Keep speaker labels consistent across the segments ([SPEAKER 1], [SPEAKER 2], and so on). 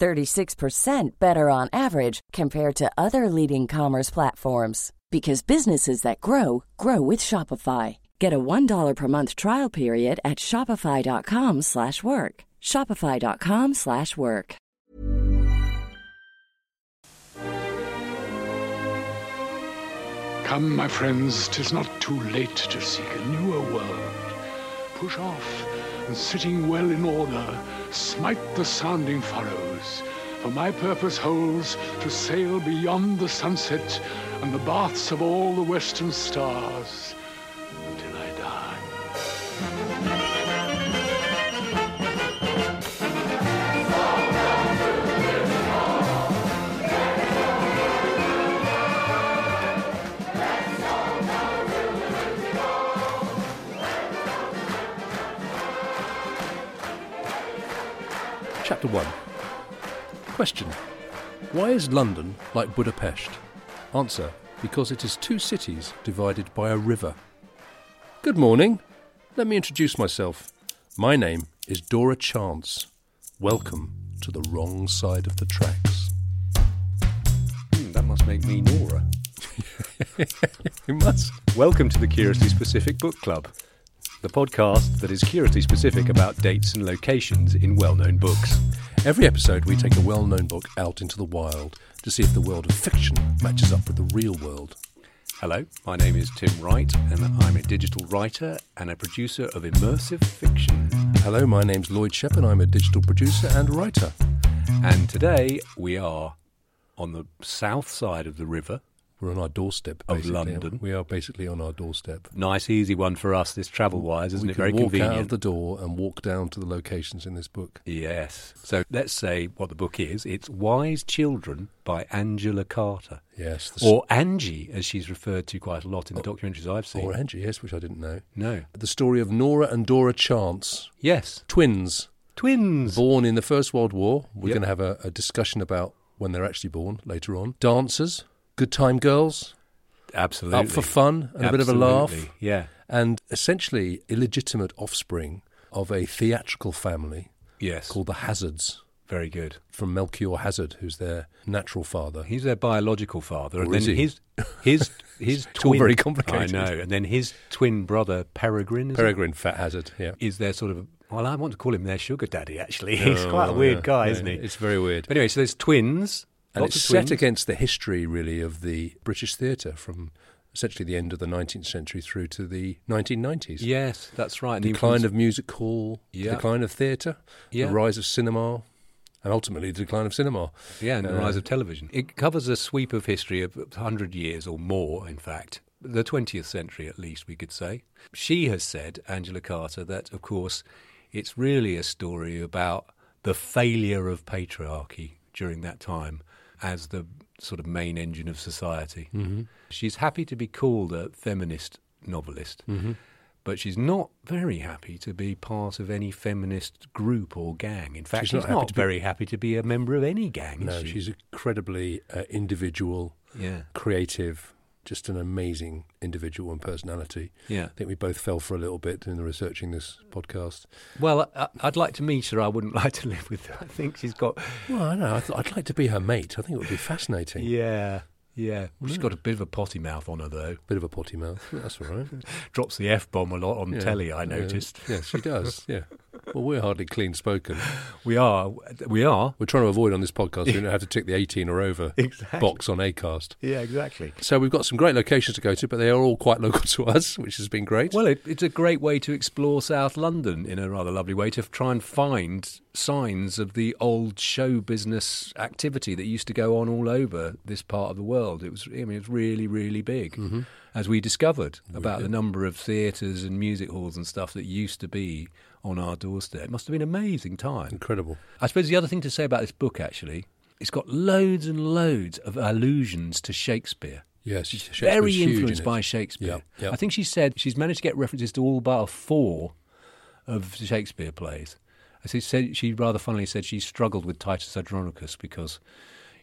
[SPEAKER 1] 36% better on average compared to other leading commerce platforms because businesses that grow grow with Shopify. Get a $1 per month trial period at shopify.com/work. slash work. shopify.com/work. slash work.
[SPEAKER 2] Come, my friends, 'tis not too late to seek a newer world. Push off, and sitting well in order, smite the sounding furrows. For my purpose holds to sail beyond the sunset and the baths of all the western stars until I die.
[SPEAKER 3] Chapter 1 Question Why is London like Budapest? Answer Because it is two cities divided by a river. Good morning. Let me introduce myself. My name is Dora Chance. Welcome to the wrong side of the tracks.
[SPEAKER 4] Hmm, that must make me Nora.
[SPEAKER 3] It must.
[SPEAKER 4] Welcome to the Curiously Specific Book Club, the podcast that is curiously specific about dates and locations in well known books.
[SPEAKER 3] Every episode, we take a well known book out into the wild to see if the world of fiction matches up with the real world.
[SPEAKER 4] Hello, my name is Tim Wright, and I'm a digital writer and a producer of immersive fiction.
[SPEAKER 3] Hello, my name's Lloyd Shepherd. I'm a digital producer and writer.
[SPEAKER 4] And today we are on the south side of the river.
[SPEAKER 3] We're on our doorstep
[SPEAKER 4] Of
[SPEAKER 3] basically.
[SPEAKER 4] London.
[SPEAKER 3] We are basically on our doorstep.
[SPEAKER 4] Nice, easy one for us, this travel wise, isn't
[SPEAKER 3] we
[SPEAKER 4] it?
[SPEAKER 3] can
[SPEAKER 4] Very
[SPEAKER 3] walk
[SPEAKER 4] convenient.
[SPEAKER 3] out of the door and walk down to the locations in this book.
[SPEAKER 4] Yes. So let's say what the book is. It's Wise Children by Angela Carter.
[SPEAKER 3] Yes, the
[SPEAKER 4] Or Angie, as she's referred to quite a lot in the documentaries I've
[SPEAKER 3] st-
[SPEAKER 4] seen.
[SPEAKER 3] or Angie, yes, which I didn't know.
[SPEAKER 4] no.
[SPEAKER 3] The story of Nora and Dora Chance,
[SPEAKER 4] Yes.
[SPEAKER 3] twins,
[SPEAKER 4] Twins.
[SPEAKER 3] born in the First World War. We're
[SPEAKER 4] Yep.
[SPEAKER 3] going to have a, a discussion about when they're actually born later on. Dancers, good time girls,
[SPEAKER 4] Absolutely.
[SPEAKER 3] up for fun and a bit of a laugh,
[SPEAKER 4] Absolutely, Yeah.
[SPEAKER 3] and essentially illegitimate offspring of a theatrical family
[SPEAKER 4] Yes.
[SPEAKER 3] called the Hazards.
[SPEAKER 4] Very good.
[SPEAKER 3] From Melchior Hazard, who's their natural father.
[SPEAKER 4] He's their biological father, and
[SPEAKER 3] Or is
[SPEAKER 4] then
[SPEAKER 3] he?
[SPEAKER 4] his his his
[SPEAKER 3] It's all
[SPEAKER 4] twin.
[SPEAKER 3] very complicated.
[SPEAKER 4] I know. And then his twin brother Peregrine. Is, it?
[SPEAKER 3] Peregrine Fat Hazard, yeah.
[SPEAKER 4] is their sort of well, I want to call him their sugar daddy. Actually, he's
[SPEAKER 3] Oh,
[SPEAKER 4] quite a weird
[SPEAKER 3] yeah.
[SPEAKER 4] guy,
[SPEAKER 3] Yeah,
[SPEAKER 4] isn't he?
[SPEAKER 3] It's very weird.
[SPEAKER 4] But anyway, so there's twins.
[SPEAKER 3] and
[SPEAKER 4] lots
[SPEAKER 3] it's
[SPEAKER 4] of twins.
[SPEAKER 3] set against the history, really, of the British theatre from essentially the end of the 19th century through to the 1990s.
[SPEAKER 4] Yes, that's right. and the
[SPEAKER 3] decline
[SPEAKER 4] influence-
[SPEAKER 3] of music hall,
[SPEAKER 4] Yeah.
[SPEAKER 3] the decline of theatre,
[SPEAKER 4] Yeah.
[SPEAKER 3] the rise of cinema, and ultimately the decline of cinema.
[SPEAKER 4] Yeah, and the
[SPEAKER 3] Uh,
[SPEAKER 4] rise of television. It covers a sweep of history of 100 years or more, in fact, the 20th century at least, we could say. She has said, Angela Carter, that, of course, it's really a story about the failure of patriarchy during that time as the sort of main engine of society. Mm-hmm. She's happy to be called a feminist novelist.
[SPEAKER 3] Mm-hmm.
[SPEAKER 4] But she's not very happy to be part of any feminist group or gang. In fact,
[SPEAKER 3] She's
[SPEAKER 4] she's,
[SPEAKER 3] not
[SPEAKER 4] not,
[SPEAKER 3] happy to be-
[SPEAKER 4] very happy to be a member of any gang.
[SPEAKER 3] No,
[SPEAKER 4] is she?
[SPEAKER 3] she's incredibly uh, individual,
[SPEAKER 4] Yeah.
[SPEAKER 3] creative, just an amazing individual and personality.
[SPEAKER 4] Yeah.
[SPEAKER 3] I think we both fell for a little bit in the researching this podcast.
[SPEAKER 4] Well, I, I'd like to meet her. I wouldn't like to live with her. I think she's got.
[SPEAKER 3] Well, I know. I th- I'd like to be her mate. I think it would be fascinating.
[SPEAKER 4] Yeah. Yeah. She's got a bit of a potty mouth on her, though.
[SPEAKER 3] Bit of a potty mouth. That's all right.
[SPEAKER 4] Drops the F bomb a lot on
[SPEAKER 3] Yeah.
[SPEAKER 4] telly, I
[SPEAKER 3] Yeah.
[SPEAKER 4] noticed.
[SPEAKER 3] yes, she does. Yeah. Well, we're hardly clean spoken.
[SPEAKER 4] We are. We are.
[SPEAKER 3] We're trying to avoid on this podcast. We don't have to tick the 18 or over
[SPEAKER 4] Exactly.
[SPEAKER 3] box on Acast.
[SPEAKER 4] Yeah, exactly.
[SPEAKER 3] So we've got some great locations to go to, but they are all quite local to us, which has been great.
[SPEAKER 4] Well, it, it's a great way to explore South London in a rather lovely way to f- try and find signs of the old show business activity that used to go on all over this part of the world. It was, I mean, it's really, really big, as we discovered about the number of theatres and music halls and stuff that used to be on our doorstep. It must have been an amazing time.
[SPEAKER 3] incredible.
[SPEAKER 4] I suppose the other thing to say about this book, actually, it's got loads and loads of allusions to Shakespeare
[SPEAKER 3] Yes, Shakespeare's
[SPEAKER 4] very
[SPEAKER 3] huge in
[SPEAKER 4] influenced
[SPEAKER 3] it.
[SPEAKER 4] by Shakespeare.
[SPEAKER 3] Yeah, yeah.
[SPEAKER 4] I think she said she's managed to get references to all but four of the Shakespeare plays. As she said, she rather funnily said she struggled with Titus Andronicus because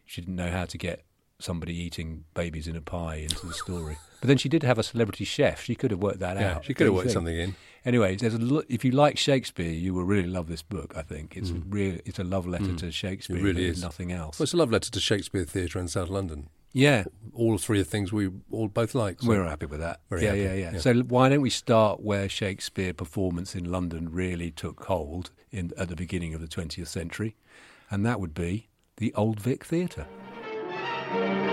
[SPEAKER 4] she didn't know how to get somebody eating babies in a pie into the story. but then she did have a celebrity chef. She could have worked that
[SPEAKER 3] Yeah,
[SPEAKER 4] out.
[SPEAKER 3] she could have
[SPEAKER 4] Don't you
[SPEAKER 3] worked
[SPEAKER 4] think?
[SPEAKER 3] something in.
[SPEAKER 4] Anyway, there's a lo- if you like Shakespeare, you will really love this book. I think it's real. It's a love letter to Shakespeare.
[SPEAKER 3] Mm. It really
[SPEAKER 4] if
[SPEAKER 3] is.
[SPEAKER 4] nothing else.
[SPEAKER 3] Well, it's a love letter to Shakespeare Theatre and South London.
[SPEAKER 4] yeah,
[SPEAKER 3] All three of things we all both like. so-
[SPEAKER 4] We're happy with that.
[SPEAKER 3] Very
[SPEAKER 4] yeah,
[SPEAKER 3] happy,
[SPEAKER 4] yeah, yeah,
[SPEAKER 3] yeah.
[SPEAKER 4] So l- why don't we start where Shakespeare performance in London really took hold in, at the beginning of the 20th century, and that would be the Old Vic Theatre.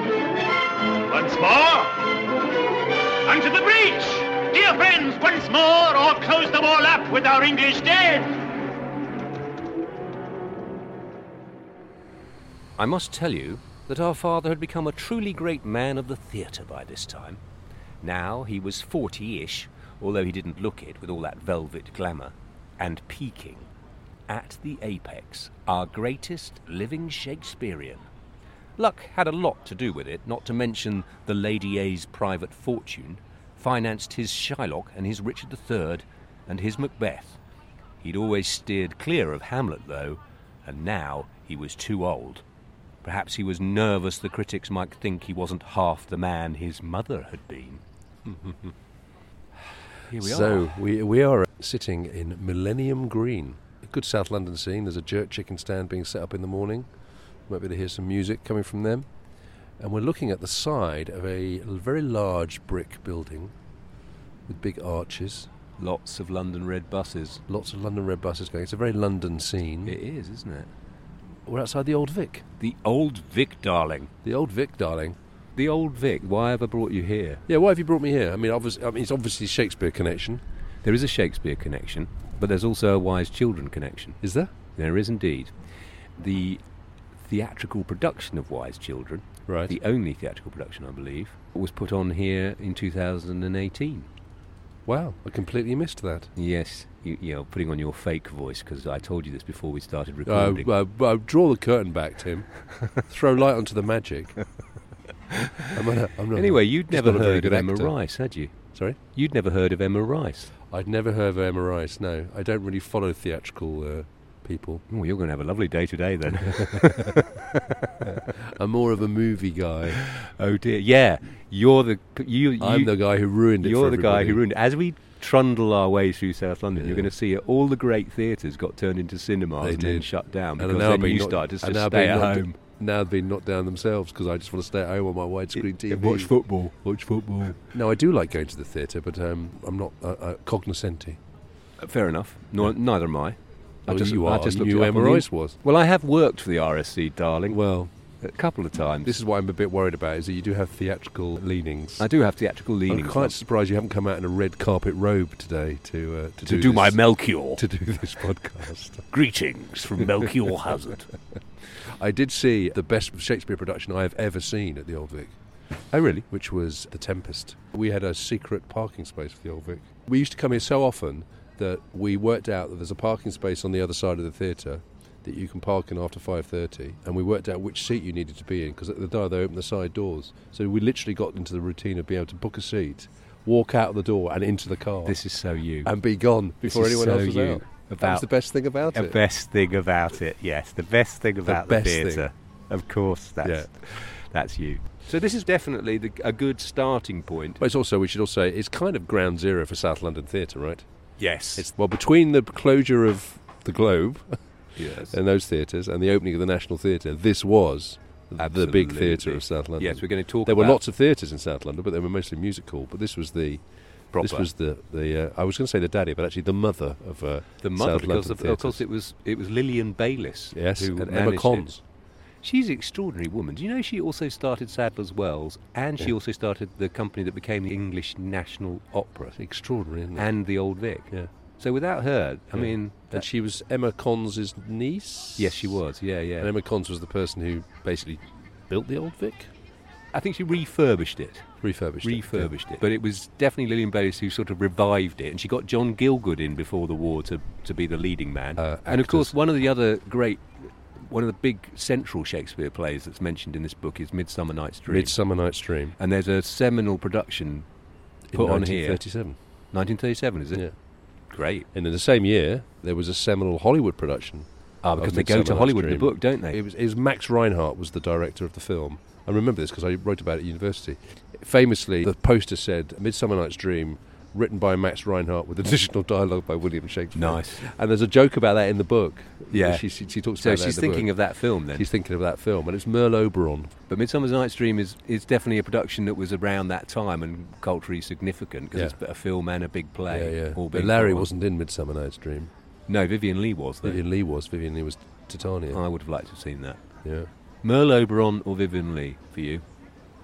[SPEAKER 5] Once more, unto the breach! Dear friends, once more, or close them all up with our English dead!
[SPEAKER 4] I must tell you that our father had become a truly great man of the theatre by this time. Now he was 40 ish, although he didn't look it with all that velvet glamour, and peaking. At the apex, our greatest living Shakespearean. Luck had a lot to do with it, not to mention the Lady A's private fortune, financed his Shylock and his Richard III and his Macbeth. He'd always steered clear of Hamlet, though, and now he was too old. Perhaps he was nervous the critics might think he wasn't half the man his mother had been. Here we
[SPEAKER 3] so
[SPEAKER 4] are.
[SPEAKER 3] we we are sitting in Millennium Green, a good South London scene. There's a jerk chicken stand being set up in the morning. Might be able to hear some music coming from them, and we're looking at the side of a l- very large brick building with big arches.
[SPEAKER 4] Lots of London red buses.
[SPEAKER 3] Lots of London red buses going. It's a very London scene.
[SPEAKER 4] It is, isn't it?
[SPEAKER 3] We're outside the Old Vic.
[SPEAKER 4] The old Vic, darling.
[SPEAKER 3] The Old Vic, darling.
[SPEAKER 4] The old Vic. Why ever brought you here?
[SPEAKER 3] Yeah, why have you brought me here? I mean, obviously, I mean, it's obviously Shakespeare connection,
[SPEAKER 4] There is a Shakespeare connection, but there's also a Wise Children connection.
[SPEAKER 3] is there?
[SPEAKER 4] There is indeed. The theatrical production of Wise Children,
[SPEAKER 3] Right.
[SPEAKER 4] the only theatrical production, I believe, was put on here in 2018.
[SPEAKER 3] Wow, I completely missed that.
[SPEAKER 4] Yes, you, you're putting on your fake voice because I told you this before we started
[SPEAKER 3] Uh,
[SPEAKER 4] recording.
[SPEAKER 3] uh, uh, draw the curtain back, Tim. Throw light onto the magic. I'm not, I'm not-
[SPEAKER 4] anyway, you'd
[SPEAKER 3] just
[SPEAKER 4] never
[SPEAKER 3] not a very
[SPEAKER 4] heard of
[SPEAKER 3] good
[SPEAKER 4] Emma
[SPEAKER 3] actor.
[SPEAKER 4] Rice, had you?
[SPEAKER 3] Sorry,
[SPEAKER 4] You'd never heard of Emma Rice.
[SPEAKER 3] I'd never heard of Emma Rice. No, I don't really follow theatrical uh, people.
[SPEAKER 4] Oh, you're going to have a lovely day today then.
[SPEAKER 3] I'm more of a movie guy.
[SPEAKER 4] oh dear, yeah. You're the you. you
[SPEAKER 3] I'm the guy who ruined it.
[SPEAKER 4] You're
[SPEAKER 3] for
[SPEAKER 4] the guy who
[SPEAKER 3] everybody.
[SPEAKER 4] ruined it. As we trundle our way through South London, you're
[SPEAKER 3] Yeah.
[SPEAKER 4] going to see all the great theatres got turned into cinemas
[SPEAKER 3] They
[SPEAKER 4] and then
[SPEAKER 3] did.
[SPEAKER 4] shut down
[SPEAKER 3] And
[SPEAKER 4] because
[SPEAKER 3] now
[SPEAKER 4] then
[SPEAKER 3] being
[SPEAKER 4] you
[SPEAKER 3] knocked-
[SPEAKER 4] started to
[SPEAKER 3] and now
[SPEAKER 4] stay
[SPEAKER 3] being
[SPEAKER 4] at
[SPEAKER 3] knocked-
[SPEAKER 4] home.
[SPEAKER 3] Now they've knocked down themselves because I just want to stay at home on my widescreen TV.
[SPEAKER 4] Watch football. Watch football.
[SPEAKER 3] No, I do like going to the theatre, but um, I'm not uh, uh, cognoscenti.
[SPEAKER 4] Uh, Fair enough. No, Neither am I.
[SPEAKER 3] Well, you are. You
[SPEAKER 4] it up
[SPEAKER 3] Emma
[SPEAKER 4] on the-
[SPEAKER 3] Royce was.
[SPEAKER 4] Well, I have worked for the RSC, darling,
[SPEAKER 3] Well,
[SPEAKER 4] a couple of times.
[SPEAKER 3] this is what I'm a bit worried about: is that you do have theatrical leanings.
[SPEAKER 4] I do have theatrical
[SPEAKER 3] I'm
[SPEAKER 4] leanings.
[SPEAKER 3] quite
[SPEAKER 4] though.
[SPEAKER 3] surprised you haven't come out in a red carpet robe today to uh, to,
[SPEAKER 6] to do my
[SPEAKER 3] this-
[SPEAKER 6] Melchior.
[SPEAKER 3] to do this podcast.
[SPEAKER 6] Greetings from Melchior Hazard.
[SPEAKER 3] I did see the best Shakespeare production I have ever seen at the Old Vic,
[SPEAKER 4] Oh, really?
[SPEAKER 3] which was The Tempest. We had a secret parking space for the Old Vic. We used to come here so often that we worked out that there's a parking space on the other side of the theatre that you can park in after 5.30 and we worked out which seat you needed to be in because at the door they open the side doors so we literally got into the routine of being able to book a seat walk out the door and into the car
[SPEAKER 4] This is so you.
[SPEAKER 3] and be gone
[SPEAKER 4] This
[SPEAKER 3] before
[SPEAKER 4] is
[SPEAKER 3] anyone
[SPEAKER 4] so
[SPEAKER 3] else was
[SPEAKER 4] you.
[SPEAKER 3] out. that was
[SPEAKER 6] About-
[SPEAKER 3] the best thing about
[SPEAKER 6] the
[SPEAKER 3] it.
[SPEAKER 6] best thing about it, yes. The best thing about the,
[SPEAKER 3] best thing.
[SPEAKER 6] theatre. Of course, that's, that's you.
[SPEAKER 4] so this is definitely the, a good starting point.
[SPEAKER 3] But it's also we should also say it's kind of ground zero for South London theatre, right?
[SPEAKER 6] Yes.
[SPEAKER 3] It's well between the closure of the Globe
[SPEAKER 4] Yes.
[SPEAKER 3] and those theatres and the opening of the National Theatre, this was the big
[SPEAKER 4] Absolutely.
[SPEAKER 3] theatre of South London.
[SPEAKER 4] Yes, we're going to talk
[SPEAKER 3] there were
[SPEAKER 4] about
[SPEAKER 3] lots of theatres in South London, but they were mostly music hall. But this was the
[SPEAKER 6] proper.
[SPEAKER 7] This was the the uh, I was going to say the daddy, but actually the mother of uh,
[SPEAKER 4] The mother,
[SPEAKER 7] South
[SPEAKER 4] because
[SPEAKER 7] London
[SPEAKER 4] of, of course
[SPEAKER 7] theatres.
[SPEAKER 4] it was it was Lillian Bayliss.
[SPEAKER 7] yes,
[SPEAKER 4] who
[SPEAKER 7] and Emma
[SPEAKER 4] managed it.
[SPEAKER 7] Cons.
[SPEAKER 4] She's an extraordinary woman. Do you know she also started Sadler's Wells, and she
[SPEAKER 7] Yeah.
[SPEAKER 4] also started the company that became the English National Opera
[SPEAKER 7] Extraordinary, isn't it?
[SPEAKER 4] and the Old Vic.
[SPEAKER 7] yeah.
[SPEAKER 4] So without her, I
[SPEAKER 7] Yeah.
[SPEAKER 4] mean,
[SPEAKER 7] And
[SPEAKER 4] that,
[SPEAKER 7] she was Emma Cons' niece.
[SPEAKER 4] yes, she was. Yeah, yeah.
[SPEAKER 7] And Emma Cons was the person who basically built the Old Vic,
[SPEAKER 4] I think she refurbished it.
[SPEAKER 7] refurbished,
[SPEAKER 4] refurbished it. But it was definitely Lillian Bayliss who sort of revived it, and she got John Gilgood in before the war to, to be the leading man.
[SPEAKER 7] Uh,
[SPEAKER 4] and of course,
[SPEAKER 7] actors.
[SPEAKER 4] one of the other great, one of the big central Shakespeare plays that's mentioned in this book is Midsummer Night's
[SPEAKER 7] Yeah.
[SPEAKER 4] Dream.
[SPEAKER 7] Midsummer Night's Dream
[SPEAKER 4] and there's a seminal production,
[SPEAKER 7] in
[SPEAKER 4] Put on here.
[SPEAKER 7] 1937.
[SPEAKER 4] 1937, is it?
[SPEAKER 7] Yeah.
[SPEAKER 4] Great.
[SPEAKER 7] And in the same year, there was a seminal Hollywood production.
[SPEAKER 4] Ah,
[SPEAKER 7] of
[SPEAKER 4] because they go
[SPEAKER 7] Midsummer
[SPEAKER 4] to
[SPEAKER 7] Night's
[SPEAKER 4] Hollywood in the
[SPEAKER 7] Dream.
[SPEAKER 4] book, don't they?
[SPEAKER 7] It was, it was Max Reinhardt was the director of the film. I remember this because I wrote about it at university. Famously, the poster said "Midsummer Night's Dream," written by Max Reinhardt with additional dialogue by William Shakespeare.
[SPEAKER 4] Nice.
[SPEAKER 7] And there's a joke about that in the book.
[SPEAKER 4] Yeah.
[SPEAKER 7] she, she, she talks
[SPEAKER 4] So
[SPEAKER 7] about that.
[SPEAKER 4] she's thinking of that film then.
[SPEAKER 7] She's thinking of that film, and it's Merle Oberon.
[SPEAKER 4] But Midsummer Night's Dream is, is definitely a production that was around that time and culturally significant because
[SPEAKER 7] Yeah.
[SPEAKER 4] it's a film and a big play.
[SPEAKER 7] yeah, yeah.
[SPEAKER 4] all
[SPEAKER 7] But
[SPEAKER 4] being
[SPEAKER 7] Larry
[SPEAKER 4] part.
[SPEAKER 7] wasn't in Midsummer Night's Dream.
[SPEAKER 4] No, Vivian Lee was though.
[SPEAKER 7] Vivian Lee was. Vivian Lee was Titania.
[SPEAKER 4] I would have liked to have seen that.
[SPEAKER 7] yeah.
[SPEAKER 4] Merle Oberon or Vivian Lee for you?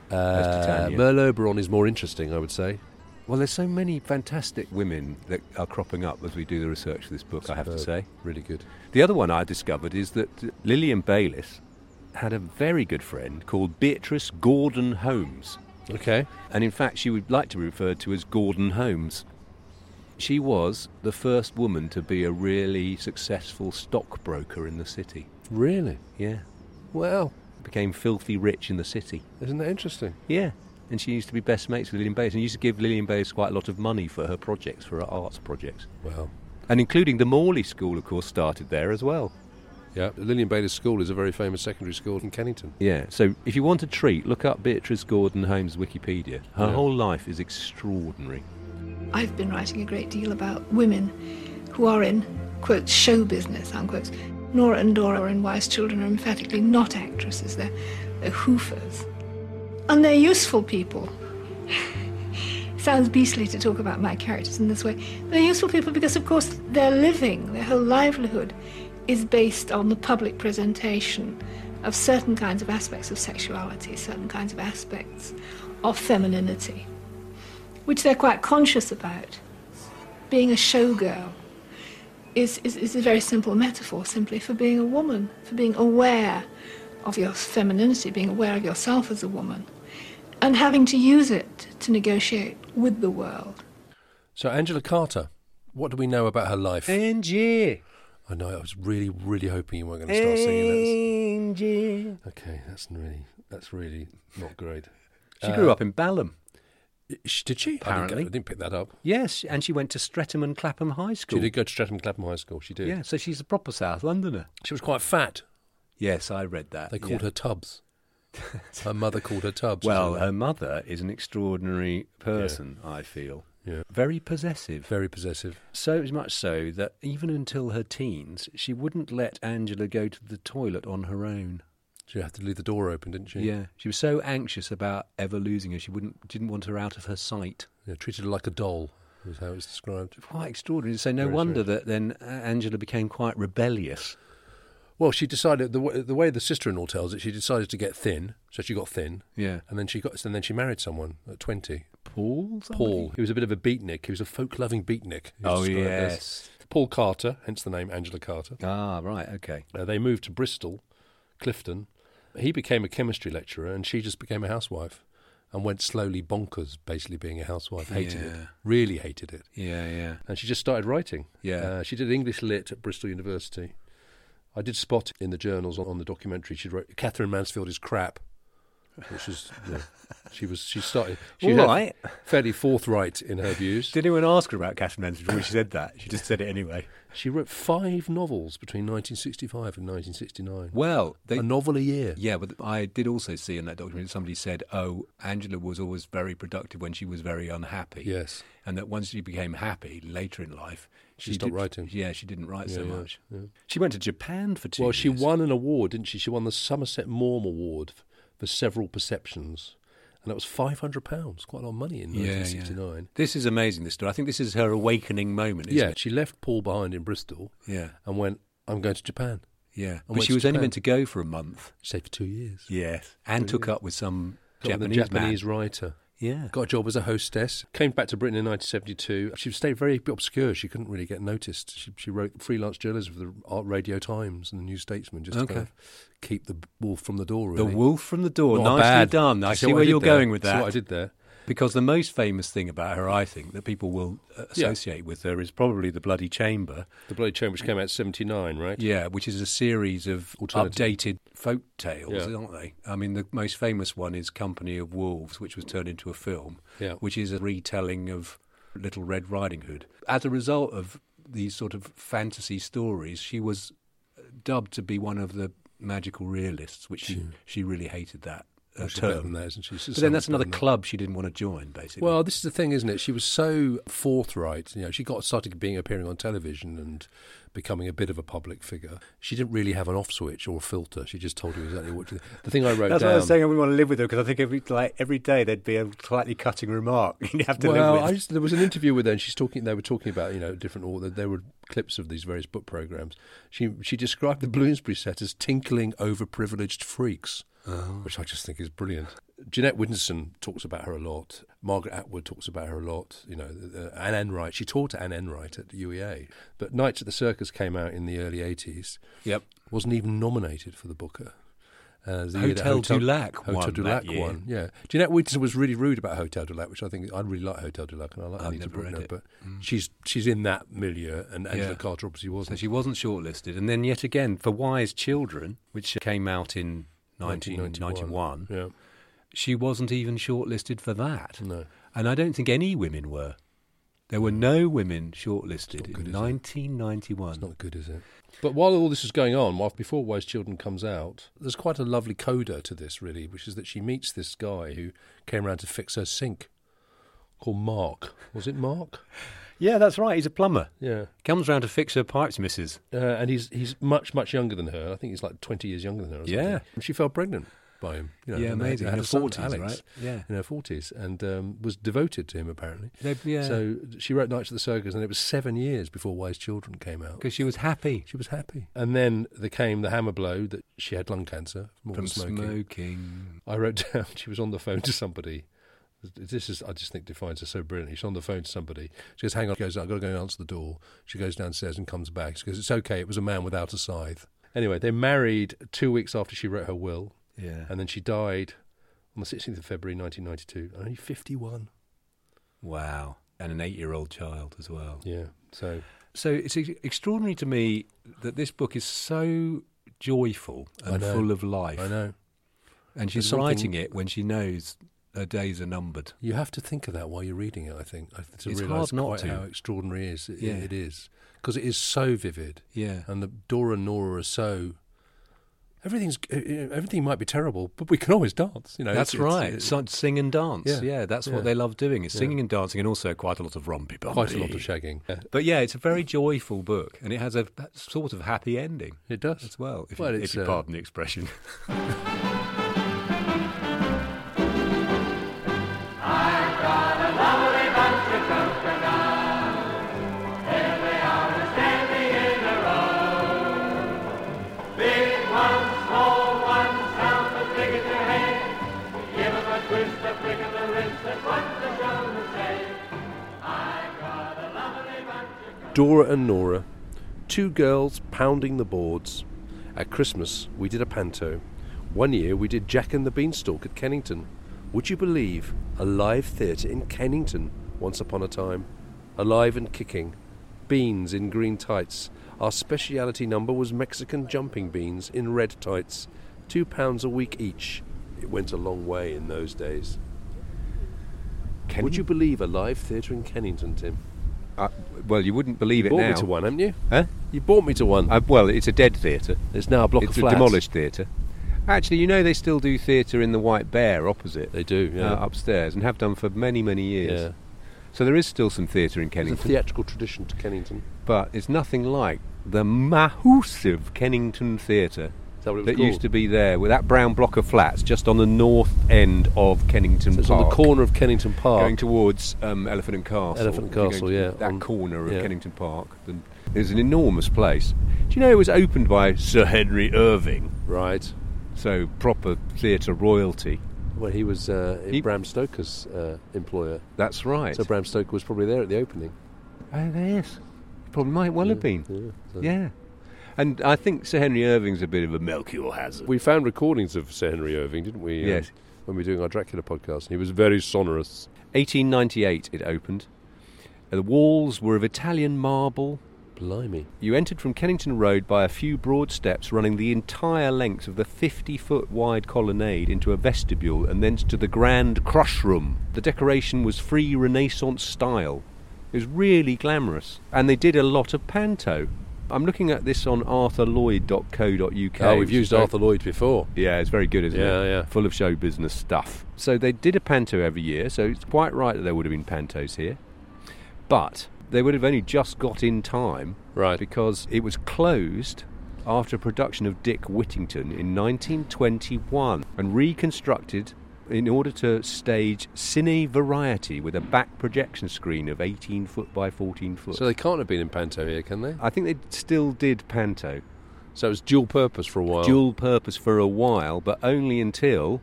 [SPEAKER 4] That's
[SPEAKER 7] Uh,
[SPEAKER 4] Titania.
[SPEAKER 7] Merle Oberon is more interesting, I would say.
[SPEAKER 4] Well, there's so many fantastic women that are cropping up as we do the research for this book, I have to
[SPEAKER 7] Superb.
[SPEAKER 4] say.
[SPEAKER 7] Really good.
[SPEAKER 4] The other one I discovered is that Lillian Bayliss had a very good friend called Beatrice Gordon Holmes.
[SPEAKER 7] Okay.
[SPEAKER 4] And in fact, she would like to be referred to as Gordon Holmes. She was the first woman to be a really successful stockbroker in the city.
[SPEAKER 7] Really?
[SPEAKER 4] Yeah.
[SPEAKER 7] Wow.
[SPEAKER 4] Became filthy rich in the city.
[SPEAKER 7] Isn't that interesting?
[SPEAKER 4] Yeah. And she used to be best mates with Lillian Bayes and used to give Lillian Bayes quite a lot of money for her projects, for her arts projects.
[SPEAKER 7] Wow.
[SPEAKER 4] And including the Morley School, of course, started there as well.
[SPEAKER 7] Yeah, Lillian Bayless School is a very famous secondary school in Kennington.
[SPEAKER 4] Yeah. So if you want a treat, look up Beatrice Gordon Holmes' Wikipedia. Her
[SPEAKER 7] Yeah.
[SPEAKER 4] whole life is extraordinary.
[SPEAKER 8] I've been writing a great deal about women who are in, quotes, show business, unquotes. Nora and Dora in Wise Children are emphatically not actresses, they're, they're hoofers. And they're useful people. Sounds beastly to talk about my characters in this way. They're useful people because, of course, their living, their whole livelihood, is based on the public presentation of certain kinds of aspects of sexuality, certain kinds of aspects of femininity which they're quite conscious about. Being a showgirl is, is, is a very simple metaphor simply for being a woman, for being aware of your femininity, being aware of yourself as a woman, and having to use it to negotiate with the world.
[SPEAKER 7] So Angela Carter, what do we know about her life?
[SPEAKER 4] Eh. Angie!
[SPEAKER 7] I know I was really, really hoping you weren't going to start
[SPEAKER 4] Eh.
[SPEAKER 7] singing
[SPEAKER 4] Angie!
[SPEAKER 7] that. Okay, that's really, that's really not great.
[SPEAKER 4] She grew up in Balham.
[SPEAKER 7] Sh- Did she? I
[SPEAKER 4] Apparently.
[SPEAKER 7] didn't, get- I didn't pick that up.
[SPEAKER 4] Yes, and she went to Streatham and Clapham High School.
[SPEAKER 7] She did go to Streatham Clapham High School. She did.
[SPEAKER 4] Yeah, so she's a proper South Londoner.
[SPEAKER 7] She was quite fat.
[SPEAKER 4] Yes, I read that.
[SPEAKER 7] They called
[SPEAKER 4] yeah.
[SPEAKER 7] her Tubbs. her mother called her Tubbs.
[SPEAKER 4] Well, um,
[SPEAKER 7] wasn't
[SPEAKER 4] her mother is an extraordinary person, I feel.
[SPEAKER 7] Yeah.
[SPEAKER 4] Very
[SPEAKER 7] it?
[SPEAKER 4] possessive.
[SPEAKER 7] very possessive.
[SPEAKER 4] So much so that even until her teens, she wouldn't let Angela go to the toilet on her own.
[SPEAKER 7] She had to leave the door open, didn't she?
[SPEAKER 4] Yeah, she was so anxious about ever losing her. She wouldn't didn't want her out of her sight.
[SPEAKER 7] Yeah, treated her like a doll. Was how it's described.
[SPEAKER 4] Quite extraordinary. So no
[SPEAKER 7] Very
[SPEAKER 4] wonder that then uh, Angela became quite rebellious.
[SPEAKER 7] Well, she decided the, w- the way the sister-in-law tells it. She decided to get thin, so she got thin.
[SPEAKER 4] Yeah,
[SPEAKER 7] And then she got, and then she married someone at twenty.
[SPEAKER 4] Paul. somebody?
[SPEAKER 7] Paul. He was a bit of a beatnik. He was a folk-loving beatnik. He was
[SPEAKER 4] Oh
[SPEAKER 7] described as.
[SPEAKER 4] yes.
[SPEAKER 7] Paul Carter, hence the name Angela Carter.
[SPEAKER 4] Ah right. Okay.
[SPEAKER 7] Uh, they moved to Bristol, Clifton. He became a chemistry lecturer, and she just became a housewife, and went slowly bonkers, basically being a housewife. Hated
[SPEAKER 4] Yeah.
[SPEAKER 7] it. Really hated it.
[SPEAKER 4] Yeah, yeah.
[SPEAKER 7] And she just started writing.
[SPEAKER 4] Yeah.
[SPEAKER 7] Uh, she did English lit at Bristol University. I did spot in the journals on, on the documentary she wrote Catherine Mansfield is crap, which is yeah, she was she started she
[SPEAKER 4] All
[SPEAKER 7] had
[SPEAKER 4] right.
[SPEAKER 7] fairly forthright in her views.
[SPEAKER 4] Did anyone ask her about Catherine Mansfield before she said that? She just said it anyway.
[SPEAKER 7] She wrote five novels between 1965 and 1969.
[SPEAKER 4] Well, they,
[SPEAKER 7] a novel a year.
[SPEAKER 4] yeah, but I did also see in that document somebody said, "Oh, Angela was always very productive when she was very unhappy."
[SPEAKER 7] Yes.
[SPEAKER 4] and that once she became happy later in life,
[SPEAKER 7] She stopped
[SPEAKER 4] did-
[SPEAKER 7] writing.
[SPEAKER 4] Yeah, she didn't write so
[SPEAKER 7] Yeah, yeah,
[SPEAKER 4] much.
[SPEAKER 7] yeah.
[SPEAKER 4] She went to Japan for two.
[SPEAKER 7] Well, she
[SPEAKER 4] years.
[SPEAKER 7] won an award, didn't she? She won the Somerset Maugham Award f- for several perceptions.
[SPEAKER 4] and that was five hundred pounds, quite a lot of money in
[SPEAKER 3] Yeah, yeah.
[SPEAKER 4] 1969.
[SPEAKER 3] This is amazing. This story. I think this is her awakening moment. Isn't
[SPEAKER 4] Yeah,
[SPEAKER 3] It?
[SPEAKER 4] she left Paul behind in Bristol
[SPEAKER 3] Yeah.
[SPEAKER 4] and went. I'm going to Japan.
[SPEAKER 3] Yeah.
[SPEAKER 4] went
[SPEAKER 3] But she
[SPEAKER 4] to
[SPEAKER 3] was only
[SPEAKER 4] Japan.
[SPEAKER 3] meant to go for a month.
[SPEAKER 4] Stayed for two years.
[SPEAKER 3] Yes. And took up with some
[SPEAKER 4] Got with a
[SPEAKER 3] Japanese,
[SPEAKER 4] Japanese
[SPEAKER 3] man.
[SPEAKER 4] writer.
[SPEAKER 3] Yeah.
[SPEAKER 4] Got a job as a hostess. Came back to Britain in 1972. She stayed very obscure. She couldn't really get noticed. She, she wrote freelance journalism for the Art Radio Times and the New Statesman just to
[SPEAKER 3] Okay.
[SPEAKER 4] kind of keep the wolf from the door,
[SPEAKER 3] The
[SPEAKER 4] really.
[SPEAKER 3] wolf from the door.
[SPEAKER 4] Not a
[SPEAKER 3] Nicely
[SPEAKER 4] bad-
[SPEAKER 3] done.
[SPEAKER 4] Do
[SPEAKER 3] I
[SPEAKER 4] you
[SPEAKER 3] see,
[SPEAKER 4] what
[SPEAKER 3] where
[SPEAKER 4] did
[SPEAKER 3] you're
[SPEAKER 4] there?
[SPEAKER 3] going with
[SPEAKER 4] See
[SPEAKER 3] that.
[SPEAKER 4] what I did there?
[SPEAKER 3] Because the most famous thing about her, I think, that people will uh,
[SPEAKER 4] Yeah.
[SPEAKER 3] associate with her is probably the Bloody Chamber.
[SPEAKER 4] The Bloody Chamber, which came out in 79, right?
[SPEAKER 3] Yeah, which is a series of
[SPEAKER 4] Alternative.
[SPEAKER 3] updated folk tales,
[SPEAKER 4] Yeah.
[SPEAKER 3] aren't they? I mean, the most famous one is Company of Wolves, which was turned into a film,
[SPEAKER 4] Yeah.
[SPEAKER 3] which is a retelling of Little Red Riding Hood. As a result of these sort of fantasy stories, she was uh, dubbed to be one of the magical realists, which she, she really hated that uh,
[SPEAKER 4] Well, she's better than
[SPEAKER 3] term.
[SPEAKER 4] that, isn't she? She's
[SPEAKER 3] But then that's another
[SPEAKER 4] someone's better than that.
[SPEAKER 3] club she didn't want to join, basically.
[SPEAKER 4] Well, this is the thing, isn't it? She was so forthright. You know, she got started being appearing on television and becoming a bit of a public figure. She didn't really have an off switch or a filter. She just told you exactly what. To, the thing I wrote
[SPEAKER 2] That's
[SPEAKER 4] down.
[SPEAKER 2] what I was saying. I wouldn't want to live with her because I think every like every day there'd be a slightly cutting remark you'd have to
[SPEAKER 4] well,
[SPEAKER 2] live with.
[SPEAKER 4] I just, there was an interview with her, and she's talking. They were talking about you know different. Or there were clips of these various book programs. She she described the Bloomsbury set as tinkling overprivileged freaks, which I just think is brilliant. Jeanette Winston talks about her a lot. Margaret Atwood talks about her a lot. You know, uh, Anne Enright. She taught Anne Enright at UEA, but Nights at the Circus came out in the early eighties.
[SPEAKER 3] Yep.
[SPEAKER 4] Wasn't even nominated for the Booker. Uh, the year that
[SPEAKER 3] Hotel du Lac
[SPEAKER 4] Hotel
[SPEAKER 3] won
[SPEAKER 4] du
[SPEAKER 3] that
[SPEAKER 4] Lac
[SPEAKER 3] year.
[SPEAKER 4] won. Yeah, Jeanette Winston was really rude about Hotel du Lac, which I think I really like Hotel du Lac, and I like
[SPEAKER 3] I've
[SPEAKER 4] Anita
[SPEAKER 3] never read
[SPEAKER 4] Bruckner,
[SPEAKER 3] it. Mm.
[SPEAKER 4] but she's she's in that milieu, and Angela
[SPEAKER 3] Yeah.
[SPEAKER 4] Carter obviously
[SPEAKER 3] So
[SPEAKER 4] wasn't.
[SPEAKER 3] she wasn't shortlisted. And then yet again, for Wise Children, which came out in 1991,
[SPEAKER 4] Yeah,
[SPEAKER 3] she wasn't even shortlisted for that.
[SPEAKER 4] No.
[SPEAKER 3] And I don't think any women were. There were no women shortlisted
[SPEAKER 4] It's not good,
[SPEAKER 3] in
[SPEAKER 4] is it?
[SPEAKER 3] 1991.
[SPEAKER 4] it's not good, is it? But while all this is going on, while before Wise Children comes out, there's quite a lovely coda to this, really, which is that she meets this guy who came around to fix her sink, called Mark. Was it Mark?
[SPEAKER 3] yeah, that's right. He's a plumber.
[SPEAKER 4] Yeah.
[SPEAKER 3] Comes round to fix her pipes, missus.
[SPEAKER 4] Uh, and he's he's much much younger than her. I think he's like twenty years younger than her. Or
[SPEAKER 3] Yeah.
[SPEAKER 4] something. she fell pregnant by him. You know,
[SPEAKER 3] Yeah,
[SPEAKER 4] and they-
[SPEAKER 3] amazing. In
[SPEAKER 4] they had
[SPEAKER 3] her
[SPEAKER 4] a son,
[SPEAKER 3] 40s,
[SPEAKER 4] Alex,
[SPEAKER 3] right? Yeah.
[SPEAKER 4] in her forties, and um, was devoted to him apparently.
[SPEAKER 3] They- yeah.
[SPEAKER 4] So she wrote Nights of the Circus, and it was seven years before Wise Children came out.
[SPEAKER 3] Because she was happy
[SPEAKER 4] She was happy, and then there came the hammer blow that she had lung cancer more
[SPEAKER 3] from
[SPEAKER 4] than smoking.
[SPEAKER 3] smoking.
[SPEAKER 4] I wrote down she was on the phone to somebody. This is, I just think, defines her so brilliantly. She's on the phone to somebody. She goes, "Hang on," she goes, "I've got to go and answer the door." She goes downstairs and comes back. She goes, "It's okay. It was a man without a scythe." Anyway, they're married two weeks after she wrote her will,
[SPEAKER 3] Yeah.
[SPEAKER 4] and then she died on the 16th of February 1992, only 51.
[SPEAKER 3] Wow. And an eight year old child as well.
[SPEAKER 4] Yeah, so
[SPEAKER 3] So it's ex- extraordinary to me that this book is so joyful
[SPEAKER 4] I
[SPEAKER 3] and
[SPEAKER 4] know.
[SPEAKER 3] full of life.
[SPEAKER 4] I know
[SPEAKER 3] And
[SPEAKER 4] There's
[SPEAKER 3] she's
[SPEAKER 4] something-
[SPEAKER 3] writing it when she knows her days are numbered.
[SPEAKER 4] you have to think of that while you're reading it. I think I- to
[SPEAKER 3] It's
[SPEAKER 4] realise
[SPEAKER 3] hard not
[SPEAKER 4] quite
[SPEAKER 3] to.
[SPEAKER 4] how extraordinary it is it,
[SPEAKER 3] Yeah.
[SPEAKER 4] it is because it is so vivid.
[SPEAKER 3] Yeah.
[SPEAKER 4] and the Dora and Nora are so. Everything's uh, uh, everything might be terrible, but we can always dance. You know,
[SPEAKER 3] that's
[SPEAKER 4] It's-
[SPEAKER 3] right.
[SPEAKER 4] It's,
[SPEAKER 3] So- sing and dance.
[SPEAKER 4] Yeah.
[SPEAKER 3] Yeah, that's
[SPEAKER 4] Yeah.
[SPEAKER 3] what they love doing is
[SPEAKER 4] Yeah.
[SPEAKER 3] singing and dancing, and also quite a lot of rompy bumpy.
[SPEAKER 4] quite a lot of shagging. Yeah,
[SPEAKER 3] But yeah, it's a very joyful book, and it has a that sort of happy ending
[SPEAKER 4] it does
[SPEAKER 3] as well. If,
[SPEAKER 4] Well,
[SPEAKER 3] you,
[SPEAKER 4] it's,
[SPEAKER 3] if you
[SPEAKER 4] uh,
[SPEAKER 3] pardon the expression.
[SPEAKER 7] Dora and Nora, two girls pounding the boards. At Christmas, we did a panto. One year, we did Jack and the Beanstalk at Kennington. Would you believe a live theatre in Kennington once upon a time? Alive and kicking. Beans in green tights. Our speciality number was Mexican jumping beans in red tights. Two pounds a week each. It went a long way in those days. Would you believe a live theatre in Kennington, Tim?
[SPEAKER 2] Uh, well, you wouldn't believe it
[SPEAKER 7] You bought
[SPEAKER 2] now.
[SPEAKER 7] me to one, haven't you?
[SPEAKER 2] Huh?
[SPEAKER 7] You bought me to one.
[SPEAKER 2] Uh, well, it's a dead theatre.
[SPEAKER 7] it's now a block
[SPEAKER 2] it's
[SPEAKER 7] of
[SPEAKER 2] a
[SPEAKER 7] flats.
[SPEAKER 2] demolished theatre. Actually, you know they still do theatre in the White Bear opposite.
[SPEAKER 7] They do, yeah.
[SPEAKER 2] uh, upstairs and have done for many, many years.
[SPEAKER 7] Yeah.
[SPEAKER 2] So there is still some theatre in
[SPEAKER 7] There's a
[SPEAKER 2] Kennington,
[SPEAKER 7] theatrical tradition to Kennington.
[SPEAKER 2] but it's nothing like the massive Kennington Theatre.
[SPEAKER 7] That's
[SPEAKER 9] that what it was
[SPEAKER 4] that
[SPEAKER 9] called?
[SPEAKER 4] used to be there with that brown block of flats just on the north end of Kennington
[SPEAKER 9] So it's
[SPEAKER 4] Park.
[SPEAKER 9] on the corner of Kennington Park.
[SPEAKER 4] Going towards um, Elephant and Castle.
[SPEAKER 9] Elephant and
[SPEAKER 4] If you're going
[SPEAKER 9] Castle,
[SPEAKER 4] to
[SPEAKER 9] yeah,
[SPEAKER 4] That
[SPEAKER 9] on-
[SPEAKER 4] corner of
[SPEAKER 9] yeah.
[SPEAKER 4] Kennington Park. Then there's an enormous place. Do you know it was opened by Sir Henry Irving?
[SPEAKER 9] right.
[SPEAKER 4] So proper theatre royalty.
[SPEAKER 9] Well, he was uh,
[SPEAKER 4] He-
[SPEAKER 9] Bram Stoker's uh, employer.
[SPEAKER 4] That's right.
[SPEAKER 9] So Bram Stoker was probably there at the opening.
[SPEAKER 4] oh, yes. Probably might well have been.
[SPEAKER 9] Yeah. so-
[SPEAKER 4] Yeah. And I think Sir Henry Irving's a bit of a Melchior Hazard.
[SPEAKER 9] We found recordings of Sir Henry Irving, didn't we? um,
[SPEAKER 4] Yes.
[SPEAKER 9] when we were doing our Dracula podcast, and he was very sonorous.
[SPEAKER 4] 1898 it opened. Uh, The walls were of Italian marble.
[SPEAKER 9] Blimey.
[SPEAKER 4] You entered from Kennington Road by a few broad steps running the entire length of the 50 foot wide colonnade into a vestibule and thence to the grand crush room. The decoration was free Renaissance style. It was really glamorous. And they did a lot of panto. I'm looking at this on arthurlloyd.co.uk.
[SPEAKER 9] Oh, we've
[SPEAKER 4] which is
[SPEAKER 9] used
[SPEAKER 4] very-
[SPEAKER 9] Arthur Lloyd before.
[SPEAKER 4] yeah, it's very good, isn't
[SPEAKER 9] Yeah,
[SPEAKER 4] it?
[SPEAKER 9] yeah.
[SPEAKER 4] Full of show business stuff. So they did a panto every year, so it's quite right that there would have been pantos here. But they would have only just got in time
[SPEAKER 9] Right.
[SPEAKER 4] because it was closed after a production of Dick Whittington in 1921 and reconstructed in order to stage cine variety with a back projection screen of 18 foot by 14 foot.
[SPEAKER 9] So they can't have been in Panto here, can they?
[SPEAKER 4] I think they still did panto
[SPEAKER 9] So it was dual purpose for a while.
[SPEAKER 4] dual purpose for a while, but only until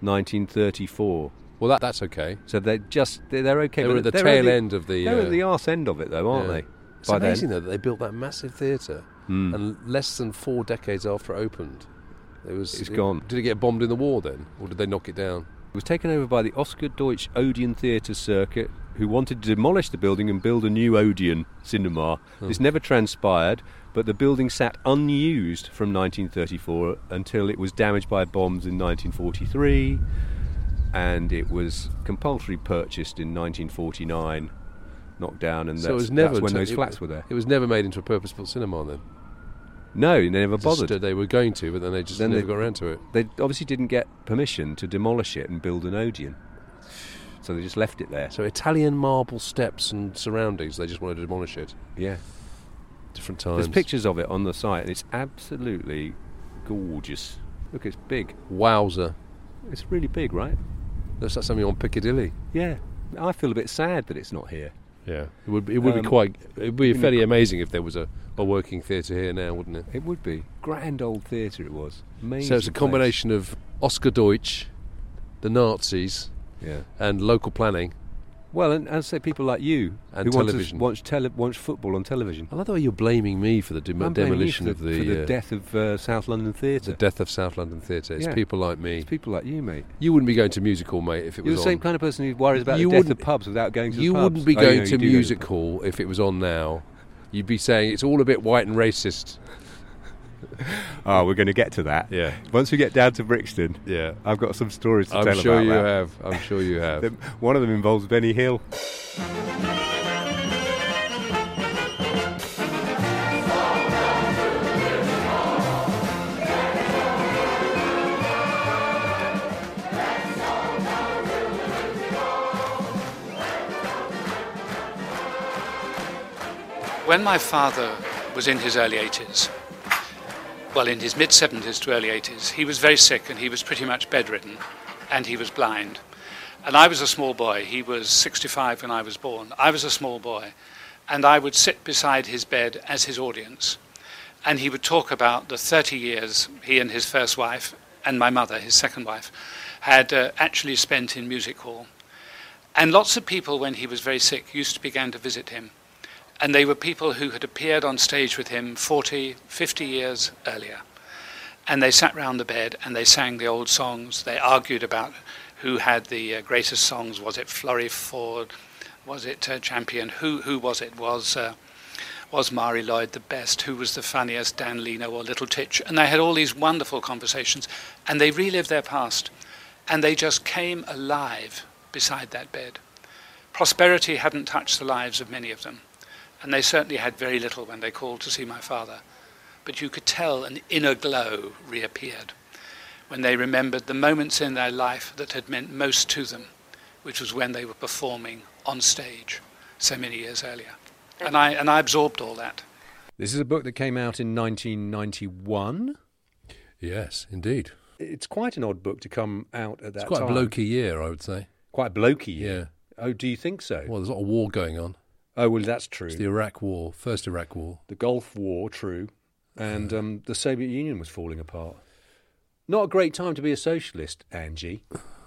[SPEAKER 4] 1934.
[SPEAKER 9] Well, that, that's okay.
[SPEAKER 4] So they're just they're, they're okay.
[SPEAKER 9] They
[SPEAKER 4] but
[SPEAKER 9] were at the
[SPEAKER 4] they're
[SPEAKER 9] tail end of the,
[SPEAKER 4] They're
[SPEAKER 9] uh,
[SPEAKER 4] at the arse end of it, though, aren't
[SPEAKER 9] Yeah.
[SPEAKER 4] they?
[SPEAKER 9] It's
[SPEAKER 4] By
[SPEAKER 9] amazing
[SPEAKER 4] then, Hmm.
[SPEAKER 9] though that they built that massive theatre, and less than four decades after it opened, it was
[SPEAKER 4] It's
[SPEAKER 9] it-
[SPEAKER 4] gone.
[SPEAKER 9] Did it get bombed in the war then, or did they knock it down?
[SPEAKER 4] it was taken over by the Oscar Deutsch Odeon Theatre Circuit, who wanted to demolish the building and build a new Odeon cinema. This never transpired, but the building sat unused from 1934 until it was damaged by bombs in 1943, and it was compulsory purchased in 1949. Knocked down, and
[SPEAKER 9] so it
[SPEAKER 4] that's,
[SPEAKER 9] was never
[SPEAKER 4] that's when
[SPEAKER 9] t-
[SPEAKER 4] those
[SPEAKER 9] it-
[SPEAKER 4] flats were there.
[SPEAKER 9] It was never made into a purpose-built cinema then.
[SPEAKER 4] No, they never
[SPEAKER 9] Just,
[SPEAKER 4] bothered.
[SPEAKER 9] uh, they were going to, but then they just
[SPEAKER 4] Then
[SPEAKER 9] never
[SPEAKER 4] they-
[SPEAKER 9] got around to it.
[SPEAKER 4] They obviously didn't get permission to demolish it and build an Odeon. So they just left it there.
[SPEAKER 9] So Italian marble steps and surroundings. They just wanted to demolish it.
[SPEAKER 4] yeah.
[SPEAKER 9] Different times.
[SPEAKER 4] There's pictures of it on the site and it's absolutely gorgeous. Look, it's big.
[SPEAKER 9] Wowzer.
[SPEAKER 4] It's really big, right?
[SPEAKER 9] Looks like something on Piccadilly.
[SPEAKER 4] Yeah. I feel a bit sad that it's not here.
[SPEAKER 9] Yeah, it would. Be, it would
[SPEAKER 4] Um,
[SPEAKER 9] be quite. It would be
[SPEAKER 4] know-
[SPEAKER 9] fairly amazing if there was a, a working theatre here now, wouldn't it?
[SPEAKER 4] It would be. Grand old theatre it was. Amazing.
[SPEAKER 9] So it's a
[SPEAKER 4] place.
[SPEAKER 9] combination of Oscar Deutsch, the Nazis,
[SPEAKER 4] Yeah.
[SPEAKER 9] and local planning.
[SPEAKER 4] Well, and as I say, people like you
[SPEAKER 9] And
[SPEAKER 4] who wants to
[SPEAKER 9] television.
[SPEAKER 4] watch, tele- watch football on television.
[SPEAKER 9] I love the way you're blaming me for the dem-
[SPEAKER 4] I'm blaming you
[SPEAKER 9] demolition
[SPEAKER 4] for
[SPEAKER 9] of the
[SPEAKER 4] for the
[SPEAKER 9] uh,
[SPEAKER 4] death of uh, South London
[SPEAKER 9] the
[SPEAKER 4] Theatre.
[SPEAKER 9] death of South London theatre. It's
[SPEAKER 4] Yeah.
[SPEAKER 9] people like me.
[SPEAKER 4] It's people like you, mate.
[SPEAKER 9] You wouldn't be going to music hall, mate, if it
[SPEAKER 4] You're
[SPEAKER 9] was
[SPEAKER 4] the same
[SPEAKER 9] on.
[SPEAKER 4] kind of person who worries about
[SPEAKER 9] You
[SPEAKER 4] the death of
[SPEAKER 9] wouldn't-
[SPEAKER 4] pubs without going to
[SPEAKER 9] you
[SPEAKER 4] the pubs.
[SPEAKER 9] wouldn't be
[SPEAKER 4] Oh, you know,
[SPEAKER 9] going
[SPEAKER 4] you
[SPEAKER 9] to
[SPEAKER 4] do go
[SPEAKER 9] music
[SPEAKER 4] the pub.
[SPEAKER 9] hall if it was on now. You'd be saying it's all a bit white and racist.
[SPEAKER 4] Oh, we're going to get to that.
[SPEAKER 9] Yeah.
[SPEAKER 4] Once we get down to Brixton,
[SPEAKER 9] Yeah,
[SPEAKER 4] I've got some stories to
[SPEAKER 9] I'm
[SPEAKER 4] tell
[SPEAKER 9] sure
[SPEAKER 4] about
[SPEAKER 9] you
[SPEAKER 4] that.
[SPEAKER 9] have. I'm sure you have.
[SPEAKER 4] Them- One of them involves Benny Hill.
[SPEAKER 3] When my father was in his early 80s, well, in his mid 70s to early 80s, he was very sick and he was pretty much bedridden and he was blind. And I was a small boy. He was 65 when I was born. I was a small boy. And I would sit beside his bed as his audience. And he would talk about the 30 years he and his first wife, and my mother, his second wife, had uh, actually spent in music hall. And lots of people, when he was very sick, used to begin to visit him. And they were people who had appeared on stage with him 40, 50 years earlier. And they sat round the bed and they sang the old songs. They argued about who had the uh, greatest songs. Was it Florrie Ford? Was it uh, Champion? Who, who was it? Was, uh, was Mari Lloyd the best? Who was the funniest? Dan Leno or Little Titch? And they had all these wonderful conversations and they relived their past. And they just came alive beside that bed. Prosperity hadn't touched the lives of many of them, and they certainly had very little when they called to see my father. But you could tell an inner glow reappeared when they remembered the moments in their life that had meant most to them, which was when they were performing on stage so many years earlier. And I, and I absorbed all that.
[SPEAKER 4] This is a book that came out in 1991.
[SPEAKER 3] Yes, indeed.
[SPEAKER 4] It's quite an odd book to come out at that
[SPEAKER 3] It's quite
[SPEAKER 4] time.
[SPEAKER 3] a blokey year, I would say.
[SPEAKER 4] Quite blokey.
[SPEAKER 3] Yeah.
[SPEAKER 4] Oh, do you think so?
[SPEAKER 3] Well, there's a lot of war going on.
[SPEAKER 4] oh, well, that's true.
[SPEAKER 3] It's the
[SPEAKER 4] The,
[SPEAKER 3] Iraq War, first Iraq War.
[SPEAKER 4] Gulf War, true. And um, the Soviet Union was falling apart. Not a great time to be a socialist, Angie,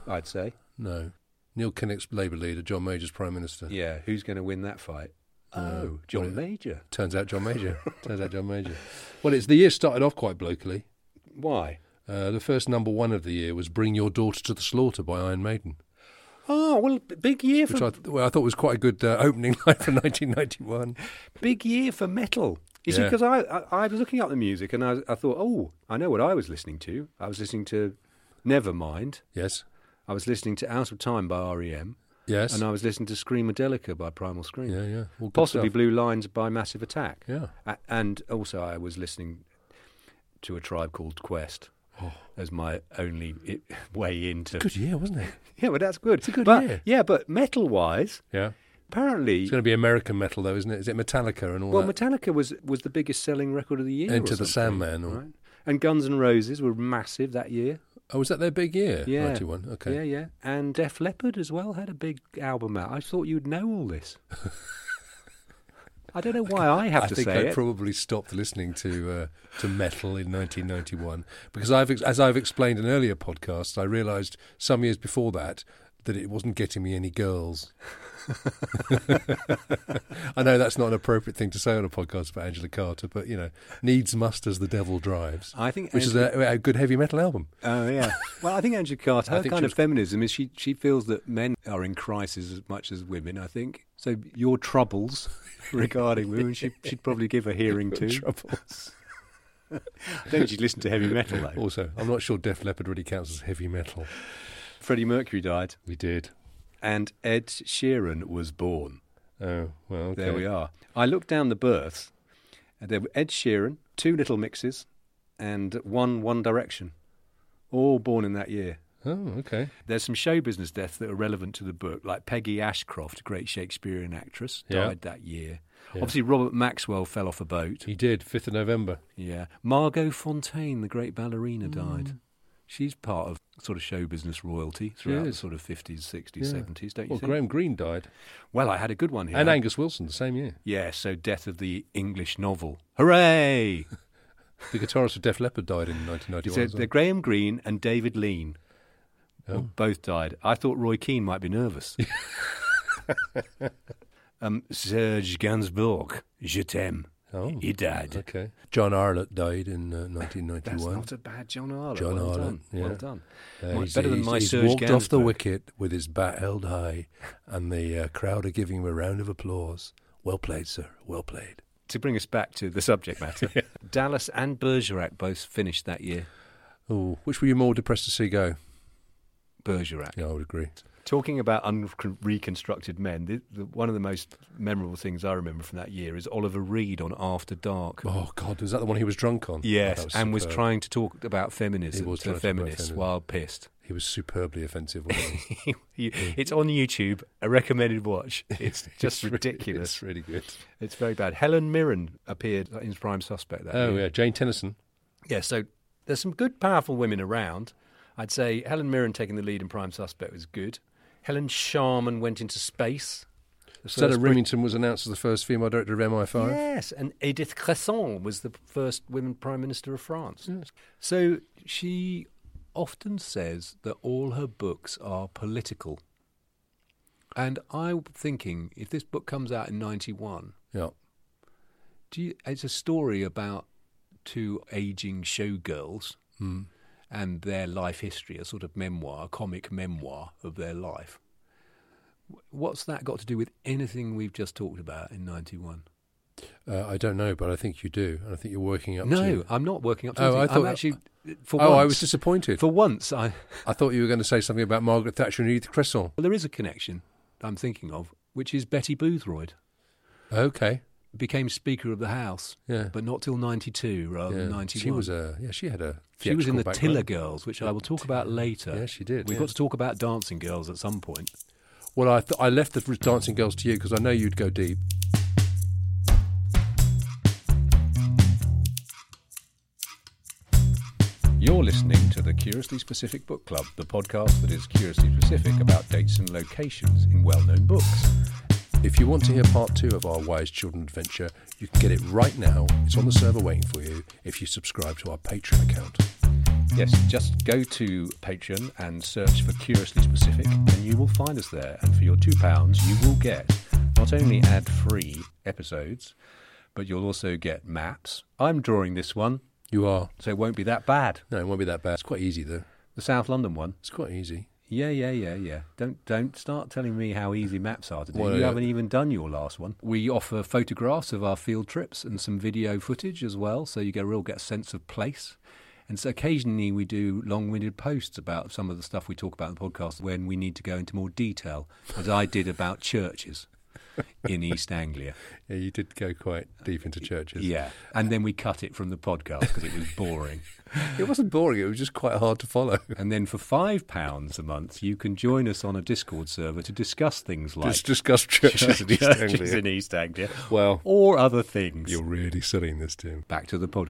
[SPEAKER 4] I'd say.
[SPEAKER 3] No. Neil Kinnock's Labour leader, John Major's Prime Minister.
[SPEAKER 4] Yeah, who's going to win that fight?
[SPEAKER 3] Uh,
[SPEAKER 4] Oh, John Major.
[SPEAKER 3] Turns out John Major. Turns out John Major. Well, it's the year started off quite blokely.
[SPEAKER 4] Why?
[SPEAKER 3] Uh, the first number one of the year was "Bring Your Daughter to the Slaughter" by Iron Maiden,
[SPEAKER 4] Oh, well, b- big year
[SPEAKER 3] which
[SPEAKER 4] for
[SPEAKER 3] I, th- well, I thought was quite a good uh, opening line for 1991.
[SPEAKER 4] big year for metal. You see,
[SPEAKER 3] Yeah.
[SPEAKER 4] 'cause see, because I, I I was looking up the music and I, I thought, oh, I know what I was listening to. I was listening to Nevermind.
[SPEAKER 3] Yes,
[SPEAKER 4] I was listening to Out of Time by REM,
[SPEAKER 3] yes,
[SPEAKER 4] and I was listening to Screamadelica by Primal Scream.
[SPEAKER 3] yeah, yeah. All good
[SPEAKER 4] Possibly
[SPEAKER 3] stuff.
[SPEAKER 4] Blue Lines by Massive Attack.
[SPEAKER 3] Yeah.
[SPEAKER 4] A- and also, I was listening to a tribe called Quest as my only i way into.
[SPEAKER 3] Oh. Good year, wasn't it?
[SPEAKER 4] Yeah, but that's good.
[SPEAKER 3] It's a good
[SPEAKER 4] but,
[SPEAKER 3] year.
[SPEAKER 4] Yeah, but metal wise,
[SPEAKER 3] Yeah.
[SPEAKER 4] apparently.
[SPEAKER 3] It's going to be American metal, though, isn't it? Is it Metallica and all
[SPEAKER 4] Well,
[SPEAKER 3] that?
[SPEAKER 4] Metallica was was the biggest selling record of the year. or
[SPEAKER 3] Enter the
[SPEAKER 4] something,
[SPEAKER 3] Sandman or-
[SPEAKER 4] right? And Guns N' Roses were massive that year.
[SPEAKER 3] oh, was that their big year?
[SPEAKER 4] Yeah,
[SPEAKER 3] 91. Okay.
[SPEAKER 4] Yeah, yeah. And Def Leppard as well had a big album out. I thought you'd know all this. I don't know why I have
[SPEAKER 3] I
[SPEAKER 4] to
[SPEAKER 3] think
[SPEAKER 4] say
[SPEAKER 3] I
[SPEAKER 4] it.
[SPEAKER 3] probably stopped listening to uh, to metal in 1991 because I've ex- as I've explained in earlier podcasts, I realised some years before that that it wasn't getting me any girls. I know that's not an appropriate thing to say on a podcast about Angela Carter, but you know, needs must as the devil drives.
[SPEAKER 4] I think
[SPEAKER 3] which is a, a good heavy metal album.
[SPEAKER 4] Oh yeah. Well, I think Andrew Carter.
[SPEAKER 3] I
[SPEAKER 4] Her
[SPEAKER 3] think
[SPEAKER 4] kind
[SPEAKER 3] she
[SPEAKER 4] of
[SPEAKER 3] was-
[SPEAKER 4] feminism is she she feels that men are in crisis as much as women. I think so. Your troubles regarding women, she, she'd probably give a hearing to.
[SPEAKER 3] Troubles.
[SPEAKER 4] I don't think she'd listen to heavy metal though.
[SPEAKER 3] Also, I'm not sure Def Leppard really counts as heavy metal.
[SPEAKER 4] Freddie Mercury died,
[SPEAKER 3] We did.
[SPEAKER 4] and Ed Sheeran was born.
[SPEAKER 3] Oh well, okay.
[SPEAKER 4] There we are. I looked down the births, and there were Ed Sheeran, two Little Mixes, and one One Direction, all born in that year.
[SPEAKER 3] Oh, okay.
[SPEAKER 4] There's some show business deaths that are relevant to the book, like Peggy Ashcroft, great Shakespearean actress,
[SPEAKER 3] Yeah.
[SPEAKER 4] died that year.
[SPEAKER 3] Yeah.
[SPEAKER 4] Obviously, Robert Maxwell fell off a boat.
[SPEAKER 3] He did. Fifth of November.
[SPEAKER 4] Yeah. Margot Fontaine, the great ballerina,
[SPEAKER 3] Mm.
[SPEAKER 4] died. She's part of sort of show business royalty throughout the
[SPEAKER 3] is.
[SPEAKER 4] sort of 50s, 60s,
[SPEAKER 3] Yeah.
[SPEAKER 4] 70s, don't you
[SPEAKER 3] Well,
[SPEAKER 4] think?
[SPEAKER 3] Graham Greene died,
[SPEAKER 4] Well, I had a good one here.
[SPEAKER 3] and Angus Wilson the same year.
[SPEAKER 4] Yeah, so Death of the English Novel. Hooray!
[SPEAKER 3] The guitarist of Def Leppard died in 1991.
[SPEAKER 4] So
[SPEAKER 3] as well.
[SPEAKER 4] they're Graham Greene and David Lean.
[SPEAKER 3] Oh.
[SPEAKER 4] Both died. I thought Roy Keane might be nervous. um, Serge Gainsbourg, je t'aime.
[SPEAKER 3] Oh,
[SPEAKER 4] He died.
[SPEAKER 3] Okay. John Arlott died in uh,
[SPEAKER 4] That's
[SPEAKER 3] 1991.
[SPEAKER 4] not a bad John Arlott.
[SPEAKER 3] John
[SPEAKER 4] well
[SPEAKER 3] Arlott,
[SPEAKER 4] done. Well
[SPEAKER 3] yeah.
[SPEAKER 4] done.
[SPEAKER 3] Uh,
[SPEAKER 4] My-
[SPEAKER 3] he's-
[SPEAKER 4] better than
[SPEAKER 3] he's-
[SPEAKER 4] my
[SPEAKER 3] he's
[SPEAKER 4] Serge
[SPEAKER 3] walked off the
[SPEAKER 4] Gainsbourg.
[SPEAKER 3] wicket with his bat held high, and the uh, crowd are giving him a round of applause. Well played, sir. Well played.
[SPEAKER 4] To bring us back to the subject matter, Dallas and Bergerac both finished that year.
[SPEAKER 3] Oh, which were you more depressed to see go?
[SPEAKER 4] Bergerac.
[SPEAKER 3] Yeah, I would agree.
[SPEAKER 4] Talking about unreconstructed men, the, the, one of the most memorable things I remember from that year is Oliver Reed on After Dark.
[SPEAKER 3] Oh God, was that the one he was drunk on? Oh,
[SPEAKER 4] Yes,
[SPEAKER 3] that
[SPEAKER 4] and was
[SPEAKER 3] superb.
[SPEAKER 4] trying to talk about feminism
[SPEAKER 3] He was
[SPEAKER 4] to
[SPEAKER 3] trying to talk about
[SPEAKER 4] feminists
[SPEAKER 3] feminism.
[SPEAKER 4] while pissed.
[SPEAKER 3] He was superbly offensive. Wasn't he?
[SPEAKER 4] You- it's on YouTube, a recommended watch. It's just
[SPEAKER 3] It's really-
[SPEAKER 4] ridiculous.
[SPEAKER 3] it's really good.
[SPEAKER 4] It's very bad. Helen Mirren appeared in Prime Suspect that
[SPEAKER 3] Oh
[SPEAKER 4] year.
[SPEAKER 3] yeah, Jane Tennyson.
[SPEAKER 4] Yeah, so there's some good, powerful women around. I'd say Helen Mirren taking the lead in Prime Suspect was good. Helen Sharman went into space. The
[SPEAKER 3] Stella
[SPEAKER 4] first
[SPEAKER 3] Remington was announced as the first female director of MI5.
[SPEAKER 4] Yes, and Edith Cresson was the first women prime minister of France. So she often says that all her books are political. And I'm thinking, if this book comes out in '91,
[SPEAKER 3] Yeah.
[SPEAKER 4] do you, it's a story about two aging showgirls and their life history, a sort of memoir, a comic memoir of their life. W- What's that got to do with anything we've just talked about in '91?
[SPEAKER 3] Uh, I don't know, but I think you do. And I think you're working up
[SPEAKER 4] No,
[SPEAKER 3] to.
[SPEAKER 4] I'm not working up to
[SPEAKER 3] Oh,
[SPEAKER 4] anything.
[SPEAKER 3] I
[SPEAKER 4] I'm
[SPEAKER 3] thought-
[SPEAKER 4] actually for
[SPEAKER 3] oh,
[SPEAKER 4] once,
[SPEAKER 3] I was disappointed.
[SPEAKER 4] for once I
[SPEAKER 3] I thought you were going to say something about Margaret Thatcher and Edith Cresson.
[SPEAKER 4] well, there is a connection that I'm thinking of, which is Betty Boothroyd
[SPEAKER 3] Okay.
[SPEAKER 4] became Speaker of the House,
[SPEAKER 3] Yeah.
[SPEAKER 4] but not till 92 rather
[SPEAKER 3] Yeah.
[SPEAKER 4] than 91.
[SPEAKER 3] She was a yeah. She had a.
[SPEAKER 4] She was in the
[SPEAKER 3] theatrical
[SPEAKER 4] Tiller
[SPEAKER 3] background.
[SPEAKER 4] Girls, which I will talk about later.
[SPEAKER 3] Yeah, she did,
[SPEAKER 4] We've
[SPEAKER 3] yeah.
[SPEAKER 4] got to talk about Dancing Girls at some point.
[SPEAKER 3] Well, I th- I left the dancing girls to you because I know you'd go deep.
[SPEAKER 4] You're listening to the Curiously Specific Book Club, the podcast that is curiously specific about dates and locations in well known books.
[SPEAKER 3] If you want to hear part two of our Wise Children adventure, you can get it right now. It's on the server waiting for you if you subscribe to our Patreon account.
[SPEAKER 4] Yes, just go to Patreon and search for Curiously Specific, and you will find us there. And for your £2, you will get not only ad free episodes, but you'll also get maps. I'm drawing this one,
[SPEAKER 3] You are.
[SPEAKER 4] so it won't be that bad.
[SPEAKER 3] No, it won't be that bad. It's quite easy, though.
[SPEAKER 4] The South London one.
[SPEAKER 3] It's quite easy.
[SPEAKER 4] Yeah, yeah, yeah, yeah. Don't don't start telling me how easy maps are to do.
[SPEAKER 3] Well,
[SPEAKER 4] you
[SPEAKER 3] yeah.
[SPEAKER 4] haven't even done your last one. uh, We offer photographs of our field trips and some video footage as well, so you get a real get a sense of place. And so occasionally we do long-winded posts about some of the stuff we talk about in the podcast when we need to go into more detail, as I did about churches in East Anglia.
[SPEAKER 3] Yeah, you did go quite deep into churches.
[SPEAKER 4] Yeah, and then we cut it from the podcast because it was boring.
[SPEAKER 3] It wasn't boring, it was just quite hard to follow.
[SPEAKER 4] And then for five pounds a month, you can join us on a Discord server to discuss things like
[SPEAKER 3] just discuss churches in East
[SPEAKER 4] churches
[SPEAKER 3] Anglia.
[SPEAKER 4] in East Anglia.
[SPEAKER 3] Well,
[SPEAKER 4] or other things.
[SPEAKER 3] you're really selling this, Tim.
[SPEAKER 4] Back to the pod.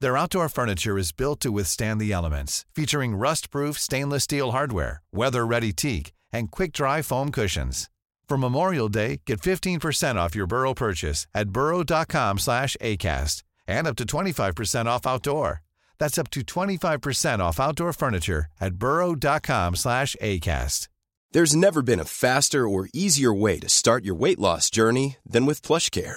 [SPEAKER 9] Their outdoor furniture is built to withstand the elements, featuring rust-proof stainless steel hardware, weather-ready teak, and quick-dry foam cushions. For Memorial Day, get 15% off your Burrow purchase at burrow.com/acast and up to 25% off outdoor. That's up to 25% off outdoor furniture at burrow.com/acast.
[SPEAKER 10] There's never been a faster or easier way to start your weight loss journey than with PlushCare.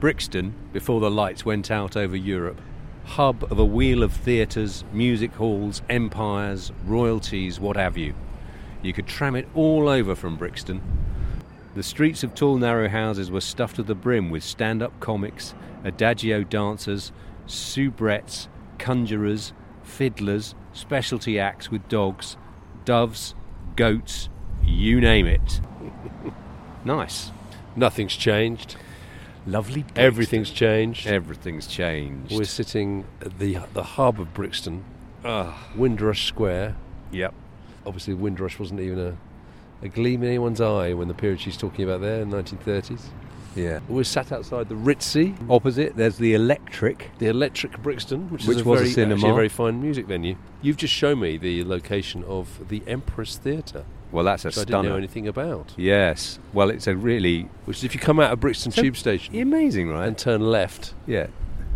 [SPEAKER 4] Brixton, before the lights went out over Europe, hub of a wheel of theatres, music halls, empires, royalties, what have you. You could tram it all over from Brixton. The streets of tall, narrow houses were stuffed to the brim with stand up comics, adagio dancers, soubrettes, conjurers, fiddlers, specialty acts with dogs, doves, goats, you name it. nice.
[SPEAKER 7] Nothing's changed.
[SPEAKER 4] Lovely. Brixton.
[SPEAKER 7] Everything's changed.
[SPEAKER 4] Everything's changed.
[SPEAKER 7] We're sitting at the the hub of Brixton,
[SPEAKER 4] Ah,
[SPEAKER 7] Windrush Square.
[SPEAKER 4] yep.
[SPEAKER 7] Obviously, Windrush wasn't even a, a gleam in anyone's eye when the period she's talking about there, 1930s.
[SPEAKER 4] Yeah.
[SPEAKER 7] We're sat outside the Ritzy,
[SPEAKER 4] Opposite, there's the electric.
[SPEAKER 7] the Electric Brixton, which,
[SPEAKER 4] Which
[SPEAKER 7] is a
[SPEAKER 4] was a
[SPEAKER 7] very,
[SPEAKER 4] cinema.
[SPEAKER 7] actually a very fine music venue. You've just shown me the location of the Empress Theatre,
[SPEAKER 4] Well, that's a
[SPEAKER 7] which I didn't know
[SPEAKER 4] stunner.
[SPEAKER 7] anything about.
[SPEAKER 4] Yes. Well, it's a really
[SPEAKER 7] Which is if you come out of Brixton Tube Station
[SPEAKER 4] amazing,
[SPEAKER 7] and
[SPEAKER 4] right?
[SPEAKER 7] turn left
[SPEAKER 4] Yeah.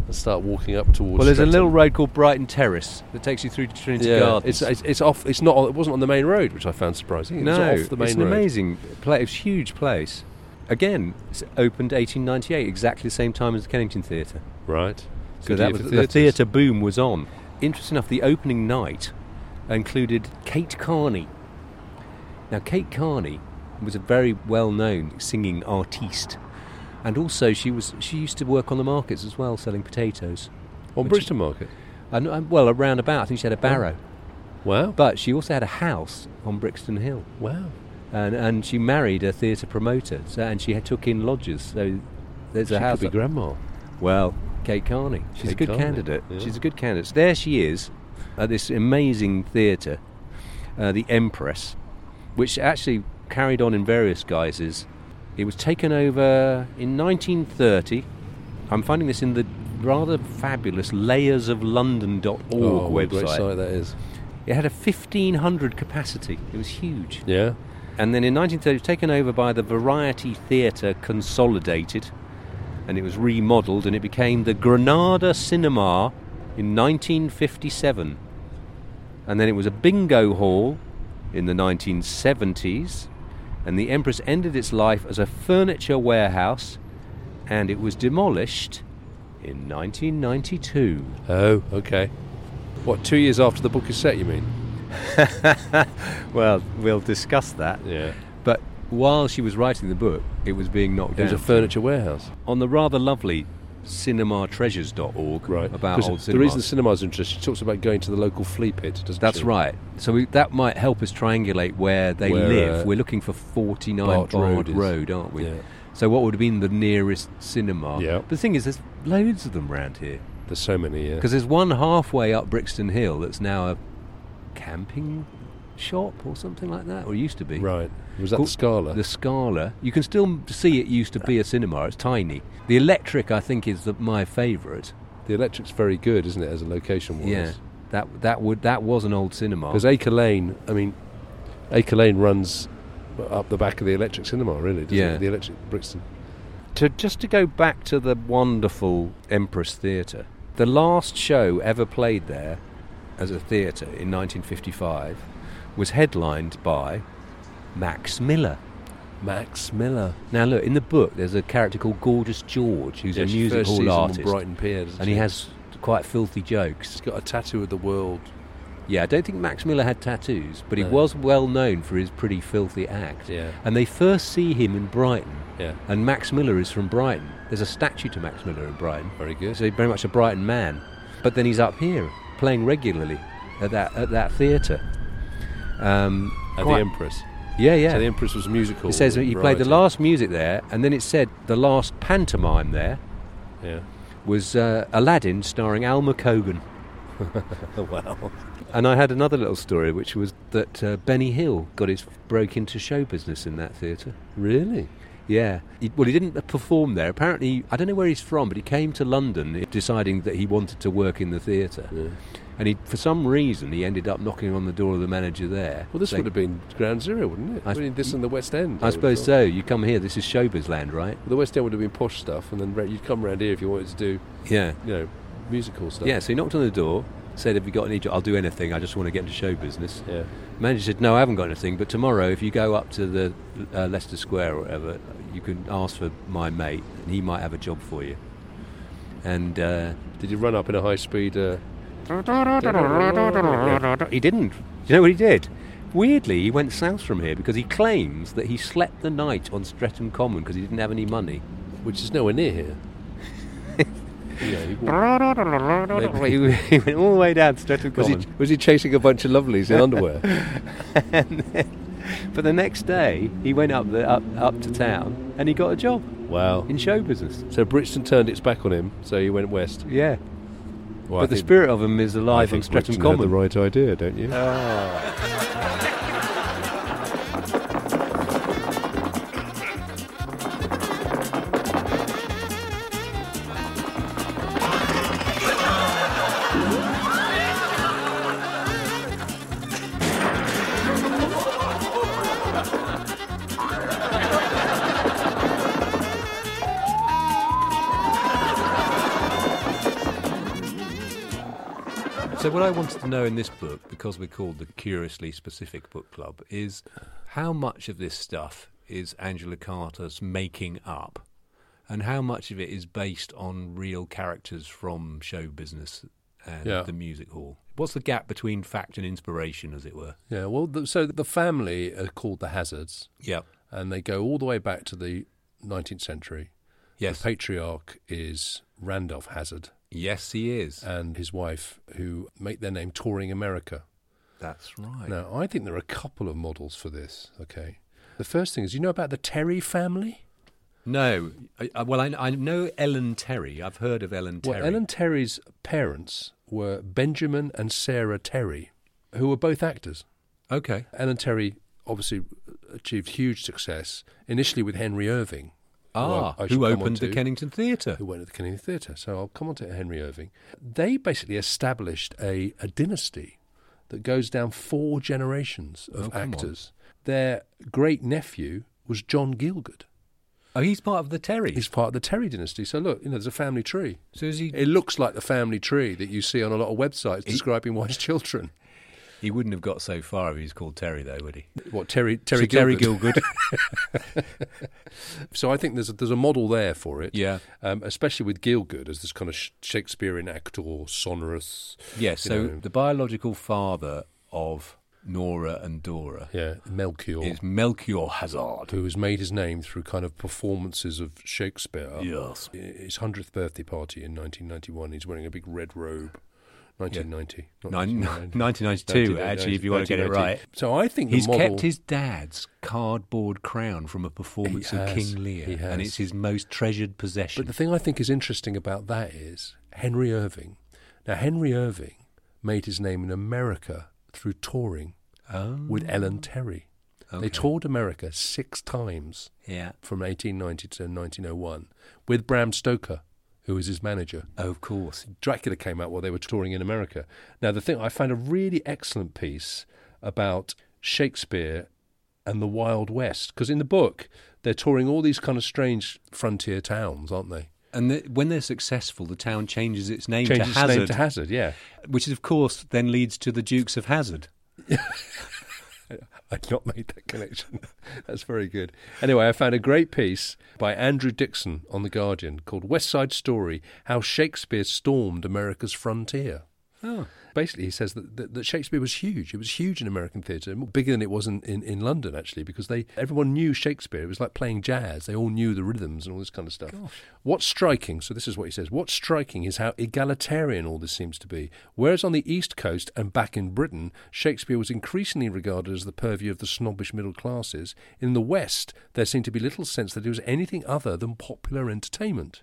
[SPEAKER 7] and start walking up towards.
[SPEAKER 4] Well, there's a
[SPEAKER 7] Streatham.
[SPEAKER 4] little road called Brighton Terrace that takes you through to Trinity
[SPEAKER 7] Yeah,
[SPEAKER 4] Gardens.
[SPEAKER 7] it's, it's, it's off. It's not. on- It wasn't on the main road, which I found surprising. It
[SPEAKER 4] no,
[SPEAKER 7] was off the main
[SPEAKER 4] it's an
[SPEAKER 7] road.
[SPEAKER 4] amazing place. It's a huge place. Again, it's opened 1898, exactly the same time as the Kennington Theatre.
[SPEAKER 7] Right.
[SPEAKER 4] So
[SPEAKER 7] Good
[SPEAKER 4] that
[SPEAKER 7] year
[SPEAKER 4] was
[SPEAKER 7] for
[SPEAKER 4] the
[SPEAKER 7] theatres.
[SPEAKER 4] theatre boom was on. Interesting enough, the opening night included Kate Carney. Now, Kate Carney was a very well-known singing artiste, and also she was she used to work on the markets as well, selling potatoes.
[SPEAKER 7] on
[SPEAKER 4] Which-
[SPEAKER 7] Brixton Market.
[SPEAKER 4] And, and well, around about, I think she had a barrow,
[SPEAKER 7] Wow.
[SPEAKER 4] but she also had a house on Brixton Hill,
[SPEAKER 7] wow.
[SPEAKER 4] and and she married a theatre promoter, so, and she had, took in lodgers. So there's
[SPEAKER 7] She
[SPEAKER 4] a house.
[SPEAKER 7] could be grandma.
[SPEAKER 4] Well, Kate Carney. She's a
[SPEAKER 7] Kate
[SPEAKER 4] good
[SPEAKER 7] Carney,
[SPEAKER 4] candidate.
[SPEAKER 7] yeah.
[SPEAKER 4] She's a good candidate. There she is at this amazing theatre, uh, the Empress, which actually carried on in various guises. It was taken over in 1930. I'm finding this in the rather fabulous layersoflondon.org
[SPEAKER 3] Oh, what a
[SPEAKER 4] website.
[SPEAKER 3] great site that is.
[SPEAKER 4] It had a 1500 capacity. It was huge.
[SPEAKER 3] Yeah.
[SPEAKER 4] And then in 1930, it was taken over by the Variety Theatre Consolidated, and it was remodeled, and it became the Granada Cinema in 1957. And then it was a bingo hall in the 1970s, and the Empress ended its life as a furniture warehouse, and it was demolished in 1992.
[SPEAKER 3] Oh, okay. What, two years after the book is set, you mean?
[SPEAKER 4] well, we'll discuss that.
[SPEAKER 3] Yeah.
[SPEAKER 4] But while she was writing the book, it was being knocked
[SPEAKER 3] It was
[SPEAKER 4] down.
[SPEAKER 3] a furniture warehouse.
[SPEAKER 4] On the rather lovely cinematreasures.org right. about
[SPEAKER 3] 'Cause
[SPEAKER 4] old cinemas.
[SPEAKER 3] the reason the cinema's interesting, she talks about going to the local flea pit, doesn't
[SPEAKER 4] That's
[SPEAKER 3] she?
[SPEAKER 4] right. So we, that might help us triangulate where they
[SPEAKER 3] Where,
[SPEAKER 4] live.
[SPEAKER 3] uh,
[SPEAKER 4] We're looking for 49
[SPEAKER 3] Bard
[SPEAKER 4] Bard,
[SPEAKER 3] Road
[SPEAKER 4] Road,
[SPEAKER 3] is.
[SPEAKER 4] aren't we?
[SPEAKER 3] Yeah.
[SPEAKER 4] So what would have been the nearest cinema?
[SPEAKER 3] Yeah.
[SPEAKER 4] The thing is, there's loads of them round here.
[SPEAKER 3] There's so many, yeah.
[SPEAKER 4] Because there's one halfway up Brixton Hill that's now a camping shop or something like that, or it used to be.
[SPEAKER 3] Right. Was that the
[SPEAKER 4] Called-
[SPEAKER 3] Scala?
[SPEAKER 4] The Scala. You can still m- see it used to be a cinema. It's tiny. The Electric, I think, is the, my favourite.
[SPEAKER 3] The electric's very good, isn't it, as a location was?
[SPEAKER 4] Yeah. That that would that was an old cinema.
[SPEAKER 3] Because Acre Lane, I mean, Acre Lane runs up the back of the electric cinema, really, doesn't
[SPEAKER 4] Yeah.
[SPEAKER 3] it? The electric Brixton.
[SPEAKER 4] To just to go back to the wonderful Empress Theatre, the last show ever played there as a theatre in 1955 was headlined by Max Miller.
[SPEAKER 3] Max Miller.
[SPEAKER 4] Now look in the book. There's a character called Gorgeous George, who's
[SPEAKER 3] Yeah,
[SPEAKER 4] a
[SPEAKER 3] she
[SPEAKER 4] music
[SPEAKER 3] first
[SPEAKER 4] hall
[SPEAKER 3] sees him on
[SPEAKER 4] artist,
[SPEAKER 3] Brighton Pier, doesn't
[SPEAKER 4] and he
[SPEAKER 3] she?
[SPEAKER 4] has quite filthy jokes.
[SPEAKER 3] He's got a tattoo of the world.
[SPEAKER 4] Yeah, I don't think Max Miller had tattoos, but
[SPEAKER 3] No.
[SPEAKER 4] he was well known for his pretty filthy act.
[SPEAKER 3] Yeah.
[SPEAKER 4] And they first see him in Brighton.
[SPEAKER 3] Yeah.
[SPEAKER 4] And Max Miller is from Brighton. There's a statue to Max Miller in Brighton.
[SPEAKER 3] Very good.
[SPEAKER 4] So he's very much a Brighton man. But then he's up here playing regularly at that at that theatre. Um,
[SPEAKER 3] At
[SPEAKER 4] quite-
[SPEAKER 3] the Empress.
[SPEAKER 4] Yeah, yeah.
[SPEAKER 3] So the Empress was musical.
[SPEAKER 4] it says that he played the
[SPEAKER 3] variety.
[SPEAKER 4] last music there, and then it said the last pantomime there
[SPEAKER 3] Yeah.
[SPEAKER 4] was uh, Aladdin starring Alma Cogan.
[SPEAKER 3] wow.
[SPEAKER 4] And I had another little story, which was that uh, Benny Hill got his broke into show business in that theatre.
[SPEAKER 3] Really?
[SPEAKER 4] Yeah. He, well, he didn't uh, perform there. Apparently, I don't know where he's from, but he came to London deciding that he wanted to work in the theatre. And he, for some reason, he ended up knocking on the door of the manager there.
[SPEAKER 3] Well, this
[SPEAKER 4] saying,
[SPEAKER 3] would have been Ground Zero, wouldn't it?
[SPEAKER 4] I
[SPEAKER 3] I mean, this in the West End.
[SPEAKER 4] I
[SPEAKER 3] would have
[SPEAKER 4] suppose
[SPEAKER 3] thought.
[SPEAKER 4] so. You come here. This is showbiz land, right?
[SPEAKER 3] The West End would have been posh stuff, and then ra- you'd come round here if you wanted to do,
[SPEAKER 4] Yeah.
[SPEAKER 3] you know, musical stuff.
[SPEAKER 4] Yeah. So he knocked on the door, said, "Have you got any job? I'll do anything. I just want to get into show business."
[SPEAKER 3] Yeah.
[SPEAKER 4] Manager said, "No, I haven't got anything. But tomorrow, if you go up to the uh, Leicester Square or whatever, you can ask for my mate, and he might have a job for you." And uh,
[SPEAKER 3] Did you run up in a high speed? Uh,
[SPEAKER 4] he didn't. Do you know what he did? Weirdly, he went south from here because he claims that he slept the night on Streatham Common because he didn't have any money.
[SPEAKER 3] which is nowhere near here. yeah, he walked-
[SPEAKER 4] he he went all the way down to Streatham
[SPEAKER 3] was,
[SPEAKER 4] Common.
[SPEAKER 3] he, was he chasing a bunch of lovelies in underwear?
[SPEAKER 4] And then- but the next day, he went up the, up up to town and he got a job
[SPEAKER 3] Wow.
[SPEAKER 4] in show business.
[SPEAKER 3] So Brixton turned its back on him, so he went west.
[SPEAKER 4] Yeah,
[SPEAKER 3] Well, I
[SPEAKER 4] but the
[SPEAKER 3] think-
[SPEAKER 4] spirit of him is
[SPEAKER 3] I
[SPEAKER 4] alive on
[SPEAKER 3] think
[SPEAKER 4] Streatham
[SPEAKER 3] Brixton
[SPEAKER 4] Common.
[SPEAKER 3] Had the right idea, don't you?
[SPEAKER 4] So, what I wanted to know in this book, because we're called the Curiously Specific Book Club, is how much of this stuff is Angela Carter's making up and how much of it is based on real characters from show business and
[SPEAKER 3] Yeah.
[SPEAKER 4] the music hall? What's the gap between fact and inspiration, as it were?
[SPEAKER 3] yeah. Well, the, so the family are called the Hazards,
[SPEAKER 4] Yeah.
[SPEAKER 3] and they go all the way back to the 19th century.
[SPEAKER 4] Yes.
[SPEAKER 3] The patriarch is Randolph Hazard
[SPEAKER 4] yes, he is.
[SPEAKER 3] and his wife, who make their name touring America.
[SPEAKER 4] That's right.
[SPEAKER 3] Now, I think there are a couple of models for this. Okay. The first thing is, you know about the Terry family?
[SPEAKER 4] No. I, I, well, I, I know Ellen Terry. I've heard of Ellen Terry.
[SPEAKER 3] Well, Ellen Terry's parents were Benjamin and Sarah Terry, who were both actors.
[SPEAKER 4] Okay.
[SPEAKER 3] Ellen Terry obviously
[SPEAKER 4] achieved huge success initially with Henry Irving.
[SPEAKER 3] Ah,
[SPEAKER 4] I- I
[SPEAKER 3] who
[SPEAKER 4] shall come
[SPEAKER 3] opened
[SPEAKER 4] on
[SPEAKER 3] the
[SPEAKER 4] to,
[SPEAKER 3] Kennington Theatre.
[SPEAKER 4] Who went to the Kennington Theatre. So I'll come on to Henry Irving. They basically established a, a dynasty that goes down four generations
[SPEAKER 3] Oh,
[SPEAKER 4] of
[SPEAKER 3] come on.
[SPEAKER 4] actors. Their great nephew was John Gielgud.
[SPEAKER 3] Oh, he's part of the Terry.
[SPEAKER 4] He's part of the Terry dynasty. So look, you know, there's a family tree.
[SPEAKER 3] So is he?
[SPEAKER 4] It looks like the family tree that you see on a lot of websites describing wise children.
[SPEAKER 3] He wouldn't have got so far if he was called Terry, though, would he?
[SPEAKER 4] What Terry Terry
[SPEAKER 3] So Terry
[SPEAKER 4] Gilgood. so I think there's a, there's a model there for it.
[SPEAKER 3] Yeah.
[SPEAKER 4] um, especially with Gilgood as this kind of Sh- Shakespearean actor, sonorous.
[SPEAKER 3] Yes.
[SPEAKER 4] you
[SPEAKER 3] So
[SPEAKER 4] know.
[SPEAKER 3] the biological father of Nora and Dora.
[SPEAKER 4] yeah, Melchior,
[SPEAKER 3] Is Melchior Hazard.
[SPEAKER 4] who has made his name through kind of performances of Shakespeare.
[SPEAKER 3] Yes.
[SPEAKER 4] his hundredth birthday party in 1991, he's wearing a big red robe. 1990, not
[SPEAKER 3] Nine-
[SPEAKER 4] 1990.
[SPEAKER 3] 1992, actually, if you want to get it
[SPEAKER 4] 1990.
[SPEAKER 3] right.
[SPEAKER 4] So I think the
[SPEAKER 3] he's
[SPEAKER 4] model-
[SPEAKER 3] kept his dad's cardboard crown from a performance
[SPEAKER 4] He
[SPEAKER 3] of
[SPEAKER 4] has,
[SPEAKER 3] King Lear,
[SPEAKER 4] he has.
[SPEAKER 3] and it's his most treasured possession.
[SPEAKER 4] But the thing I think is interesting about that is Henry Irving. Now, Henry Irving made his name in America through touring
[SPEAKER 3] Oh.
[SPEAKER 4] with Ellen Terry. They
[SPEAKER 3] Okay.
[SPEAKER 4] toured America six times
[SPEAKER 3] Yeah.
[SPEAKER 4] from 1890 to 1901 with Bram Stoker, who was his manager.
[SPEAKER 3] Oh, of course.
[SPEAKER 4] Dracula came out while they were touring in America. Now, the thing I found a really excellent piece about Shakespeare and the Wild West, because in the book, they're touring all these kind of strange frontier towns, aren't they?
[SPEAKER 3] And the, when they're successful, the town changes its name
[SPEAKER 4] Changes
[SPEAKER 3] to
[SPEAKER 4] its name
[SPEAKER 3] Hazard,
[SPEAKER 4] to Hazard, yeah.
[SPEAKER 3] which is, of course, then leads to the Dukes of Hazard.
[SPEAKER 4] I'd not made that connection. That's very good. Anyway, I found a great piece by Andrew Dixon on The Guardian called West Side Story How Shakespeare Stormed America's Frontier.
[SPEAKER 3] Oh,
[SPEAKER 4] Basically, he says that, that, that Shakespeare was huge. It was huge in American theatre, more bigger than it was in, in, in London, actually, because they everyone knew Shakespeare. It was like playing jazz. They all knew the rhythms and all this kind of stuff. What's striking, so this is what he says, what's striking is how egalitarian all this seems to be. Whereas on the East Coast and back in Britain, Shakespeare was increasingly regarded as the purview of the snobbish middle classes, in the West, there seemed to be little sense that it was anything other than popular entertainment.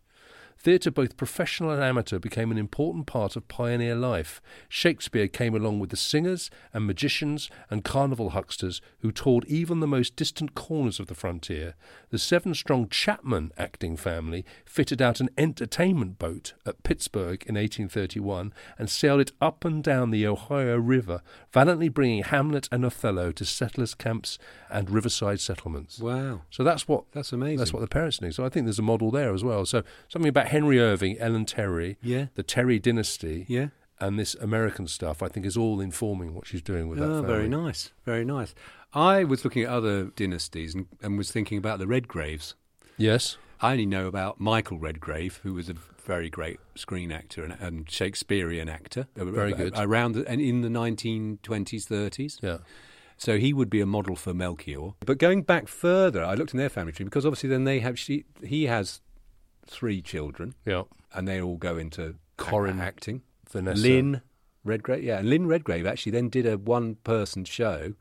[SPEAKER 4] Theatre, both professional and amateur, became an important part of pioneer life. Shakespeare came along with the singers and magicians and carnival hucksters who toured even the most distant corners of the frontier. The seven strong Chapman acting family fitted out an entertainment boat at Pittsburgh in 1831 and sailed it up and down the Ohio River, valiantly bringing Hamlet and Othello to settlers' camps and riverside settlements.
[SPEAKER 3] wow.
[SPEAKER 4] So that's what
[SPEAKER 3] That's amazing.
[SPEAKER 4] that's what the parents knew. So I think there's a model there as well. So something about Henry Irving, Ellen Terry,
[SPEAKER 3] Yeah.
[SPEAKER 4] the Terry dynasty,
[SPEAKER 3] Yeah.
[SPEAKER 4] and this American stuff. I think is all informing what she's doing with that.
[SPEAKER 3] Oh,
[SPEAKER 4] family.
[SPEAKER 3] very nice. Very nice. I was looking at other dynasties and, and was thinking about the Redgraves.
[SPEAKER 4] Yes.
[SPEAKER 3] I only know about Michael Redgrave, who was a very great screen actor and, and Shakespearean actor.
[SPEAKER 4] Very
[SPEAKER 3] A-
[SPEAKER 4] good.
[SPEAKER 3] Around the, and in the 1920s, 30s.
[SPEAKER 4] Yeah.
[SPEAKER 3] So he would be a model for Melchior. But going back further, I looked in their family tree because obviously then they have she, he has three children
[SPEAKER 4] Yeah.
[SPEAKER 3] and they all go into
[SPEAKER 4] Corin,
[SPEAKER 3] Corin acting.
[SPEAKER 4] Vanessa.
[SPEAKER 3] Lynn Redgrave, yeah, and Lynn Redgrave actually then did a one-person show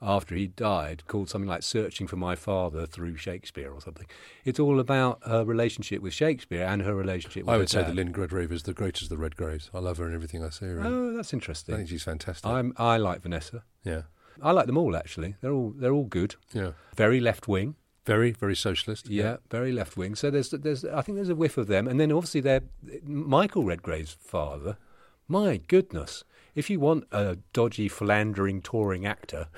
[SPEAKER 3] after he died called something like "Searching for My Father Through Shakespeare" or something. It's all about her relationship with Shakespeare and her relationship. with
[SPEAKER 4] I
[SPEAKER 3] her
[SPEAKER 4] would say
[SPEAKER 3] dad.
[SPEAKER 4] that Lynn Redgrave is the greatest of the Redgraves. I love her and everything I see her in.
[SPEAKER 3] Oh, that's
[SPEAKER 4] I think
[SPEAKER 3] interesting.
[SPEAKER 4] she's fantastic.
[SPEAKER 3] I'm, I like Vanessa.
[SPEAKER 4] yeah.
[SPEAKER 3] I like them all actually. They're all they're all good.
[SPEAKER 4] Yeah.
[SPEAKER 3] Very left wing.
[SPEAKER 4] Very, very socialist.
[SPEAKER 3] Yeah, very left wing. So there's there's I think there's a whiff of them, and then obviously they're Michael Redgrave's father. My goodness, if you want a dodgy philandering touring actor,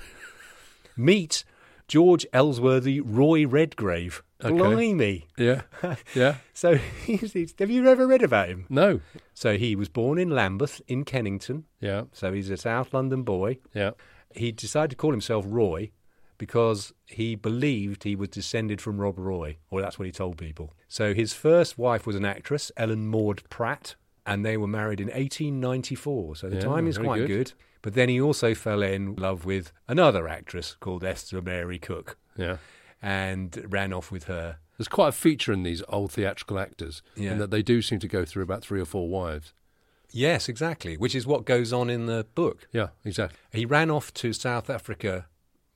[SPEAKER 3] meet George Ellsworthy Roy Redgrave.
[SPEAKER 4] Okay.
[SPEAKER 3] Blimey!
[SPEAKER 4] Yeah. Yeah.
[SPEAKER 3] So he's, he's, have you ever read about him?
[SPEAKER 4] No.
[SPEAKER 3] So he was born in Lambeth in Kennington.
[SPEAKER 4] Yeah.
[SPEAKER 3] So he's a South London boy
[SPEAKER 4] Yeah.
[SPEAKER 3] he decided to call himself Roy because he believed he was descended from Rob Roy, or that's what he told people. So his first wife was an actress, Ellen Maud Pratt, and they were married in 1894. So the
[SPEAKER 4] Yeah,
[SPEAKER 3] time is
[SPEAKER 4] very
[SPEAKER 3] quite
[SPEAKER 4] good.
[SPEAKER 3] good. But then he also fell in love with another actress called Esther Mary Cook
[SPEAKER 4] Yeah.
[SPEAKER 3] and ran off with her.
[SPEAKER 4] There's quite a feature in these old theatrical actors
[SPEAKER 3] Yeah.
[SPEAKER 4] in that they do seem to go through about three or four wives.
[SPEAKER 3] Yes, exactly, which is what goes on in the book.
[SPEAKER 4] Yeah, exactly.
[SPEAKER 3] He ran off to South Africa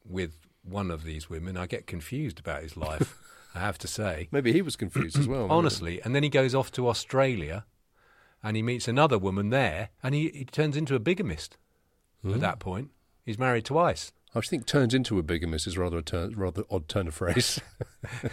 [SPEAKER 3] with one of these women. I get confused about his life, I have to say.
[SPEAKER 4] Maybe he was confused as well.
[SPEAKER 2] Oh,
[SPEAKER 4] maybe.
[SPEAKER 3] honestly. And then he goes off to Australia, and he meets another
[SPEAKER 2] Hmm?
[SPEAKER 3] woman there, and he, he turns into a bigamist. At that point, he's married twice.
[SPEAKER 2] I should think turns into a bigamist is rather a turn, rather odd turn of phrase.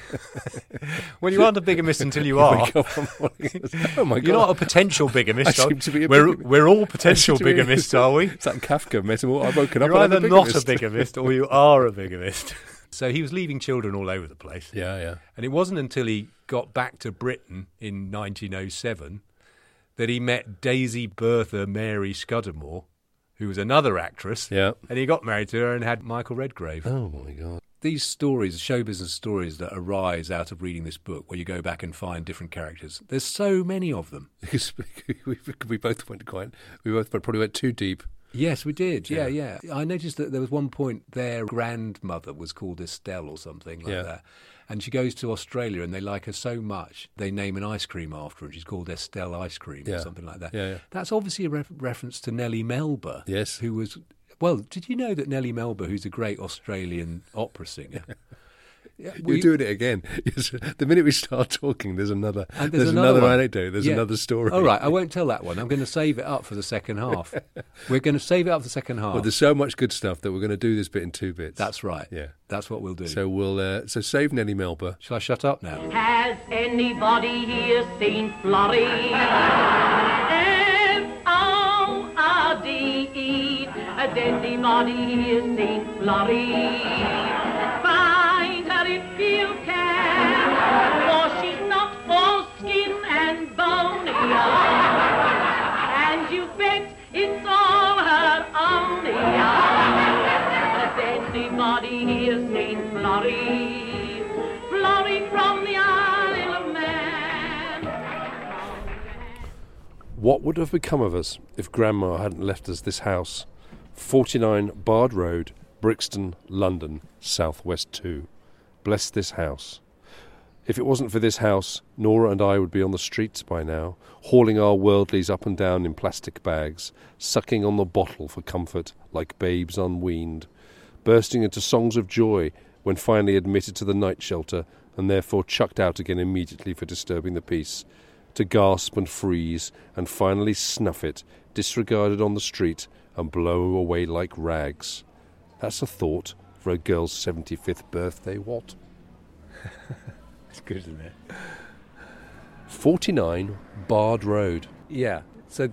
[SPEAKER 8] well, you aren't a bigamist until you are.
[SPEAKER 2] Wake up one morning. oh my God!
[SPEAKER 8] You're not a potential bigamist.
[SPEAKER 2] I seem to be a
[SPEAKER 8] we're,
[SPEAKER 2] bigamist.
[SPEAKER 8] we're all
[SPEAKER 2] I
[SPEAKER 8] potential
[SPEAKER 2] seem to be-
[SPEAKER 8] bigamists, are we?
[SPEAKER 2] It's that Kafka metaphor. I've woken up.
[SPEAKER 8] You're
[SPEAKER 2] and I'm
[SPEAKER 8] either not a
[SPEAKER 2] bigamist.
[SPEAKER 8] bigamist or you are a bigamist. So he was leaving children all over the place.
[SPEAKER 2] Yeah, yeah.
[SPEAKER 3] And it wasn't until he got back to Britain in 1907 that he met Daisy Bertha Mary Scudamore, who was another actress.
[SPEAKER 2] Yeah.
[SPEAKER 3] And he got married to her and had Michael Redgrave.
[SPEAKER 2] Oh my God!
[SPEAKER 3] These stories, show business stories that arise out of reading this book, where you go back and find different characters, there's so many of them.
[SPEAKER 2] Because we, we both went quite. We both probably went too deep.
[SPEAKER 3] Yes, we did. Yeah, yeah, I noticed that there was one point their grandmother was called Estelle or something like
[SPEAKER 2] Yeah.
[SPEAKER 3] that. And she goes to Australia and they like her so much, they name an ice cream after her. She's called Estelle Ice Cream
[SPEAKER 2] Yeah.
[SPEAKER 3] or something like that.
[SPEAKER 2] Yeah, yeah.
[SPEAKER 3] That's obviously a re- reference to Nellie Melba.
[SPEAKER 2] Yes.
[SPEAKER 3] Who was, well, did you know that Nellie Melba, who's a great Australian opera singer? Yeah,
[SPEAKER 2] You're
[SPEAKER 3] well, you-
[SPEAKER 2] doing it again. Yes, the minute we start talking, there's another.
[SPEAKER 3] and
[SPEAKER 2] there's, another,
[SPEAKER 3] one.
[SPEAKER 2] anecdote. There's
[SPEAKER 3] Yeah.
[SPEAKER 2] another story.
[SPEAKER 3] All right, I won't tell that one. I'm going to save it up for the second half. We're going to save it up for the second half.
[SPEAKER 2] Well, there's so much good stuff that we're going to do this bit in two bits.
[SPEAKER 3] That's right.
[SPEAKER 2] Yeah.
[SPEAKER 3] That's what we'll do.
[SPEAKER 2] So we'll uh, so save Nellie Melba.
[SPEAKER 3] Shall I shut up now?
[SPEAKER 11] Has anybody here seen Florrie? F-O-R-D-E. E. Has anybody here seen Florrie? Find her if you can, for she's not for skin and bone. yeah. And you bet it's all her own. yeah. Has anybody here seen Florrie? Florrie from the Isle of Man.
[SPEAKER 4] What would have become of us if Grandma hadn't left us this house? 49 Bard Road, Brixton, London, Southwest 2. Bless this house. If it wasn't for this house, Nora and I would be on the streets by now, hauling our worldlies up and down in plastic bags, sucking on the bottle for comfort like babes unweaned, bursting into songs of joy when finally admitted to the night shelter and therefore chucked out again immediately for disturbing the peace, to gasp and freeze and finally snuff it, disregarded on the street and blow away like rags. That's a thought for a girl's 75th birthday, what?
[SPEAKER 8] It's good, isn't it?
[SPEAKER 4] 49 Bard Road.
[SPEAKER 3] Yeah. So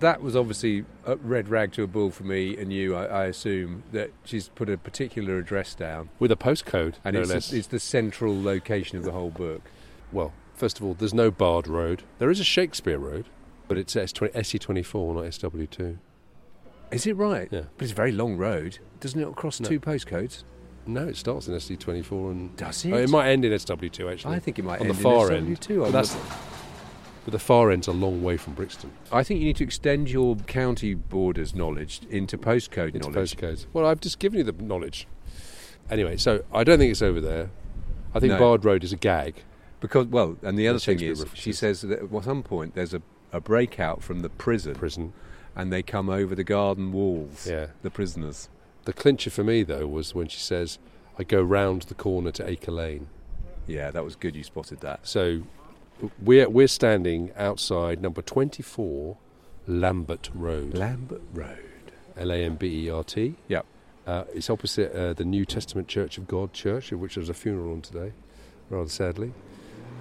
[SPEAKER 3] that was obviously a red rag to a bull for me and you. I, I assume that she's put a particular address down,
[SPEAKER 4] With a postcode,
[SPEAKER 3] and
[SPEAKER 4] no
[SPEAKER 3] it's,
[SPEAKER 4] less.
[SPEAKER 3] it's the central location of the whole book.
[SPEAKER 4] well, first of all, there's no Bard Road. There is a Shakespeare Road, but it's S20, SE24, E not SW2.
[SPEAKER 3] Is it right?
[SPEAKER 4] Yeah.
[SPEAKER 3] But it's a very long road, doesn't it? Across
[SPEAKER 4] No.
[SPEAKER 3] two postcodes.
[SPEAKER 4] No, it starts in SE24 and
[SPEAKER 3] Does
[SPEAKER 4] Oh,
[SPEAKER 3] it?
[SPEAKER 4] it might end in SW2 actually.
[SPEAKER 3] I think it might
[SPEAKER 4] on
[SPEAKER 3] end
[SPEAKER 4] the
[SPEAKER 3] in
[SPEAKER 4] far end.
[SPEAKER 3] SW2
[SPEAKER 4] But
[SPEAKER 3] on
[SPEAKER 4] that's
[SPEAKER 3] the-
[SPEAKER 4] but the far end's a long way from Brixton.
[SPEAKER 3] I think you need to extend your county borders knowledge into postcode
[SPEAKER 4] Into
[SPEAKER 3] knowledge.
[SPEAKER 4] postcodes. Well, I've just given you the knowledge. Anyway, so I don't think it's over there. I think
[SPEAKER 3] No.
[SPEAKER 4] Bard Road is a gag.
[SPEAKER 3] Because well, and the other thing
[SPEAKER 4] Shakespeare
[SPEAKER 3] is, she
[SPEAKER 4] references.
[SPEAKER 3] says that at some point there's a, a breakout from the prison,
[SPEAKER 4] Prison.
[SPEAKER 3] and they come over the garden walls.
[SPEAKER 4] Yeah.
[SPEAKER 3] The prisoners.
[SPEAKER 4] The clincher for me though was when she says, "I go round the corner to Acre Lane."
[SPEAKER 3] Yeah, that was good. You spotted that.
[SPEAKER 4] So we're we're standing outside number 24 Lambert Road.
[SPEAKER 3] Lambert Road.
[SPEAKER 4] L A M B E R T.
[SPEAKER 3] Yep.
[SPEAKER 4] Uh, it's opposite uh, the New Testament Church of God Church, of which there's a funeral on today, rather sadly.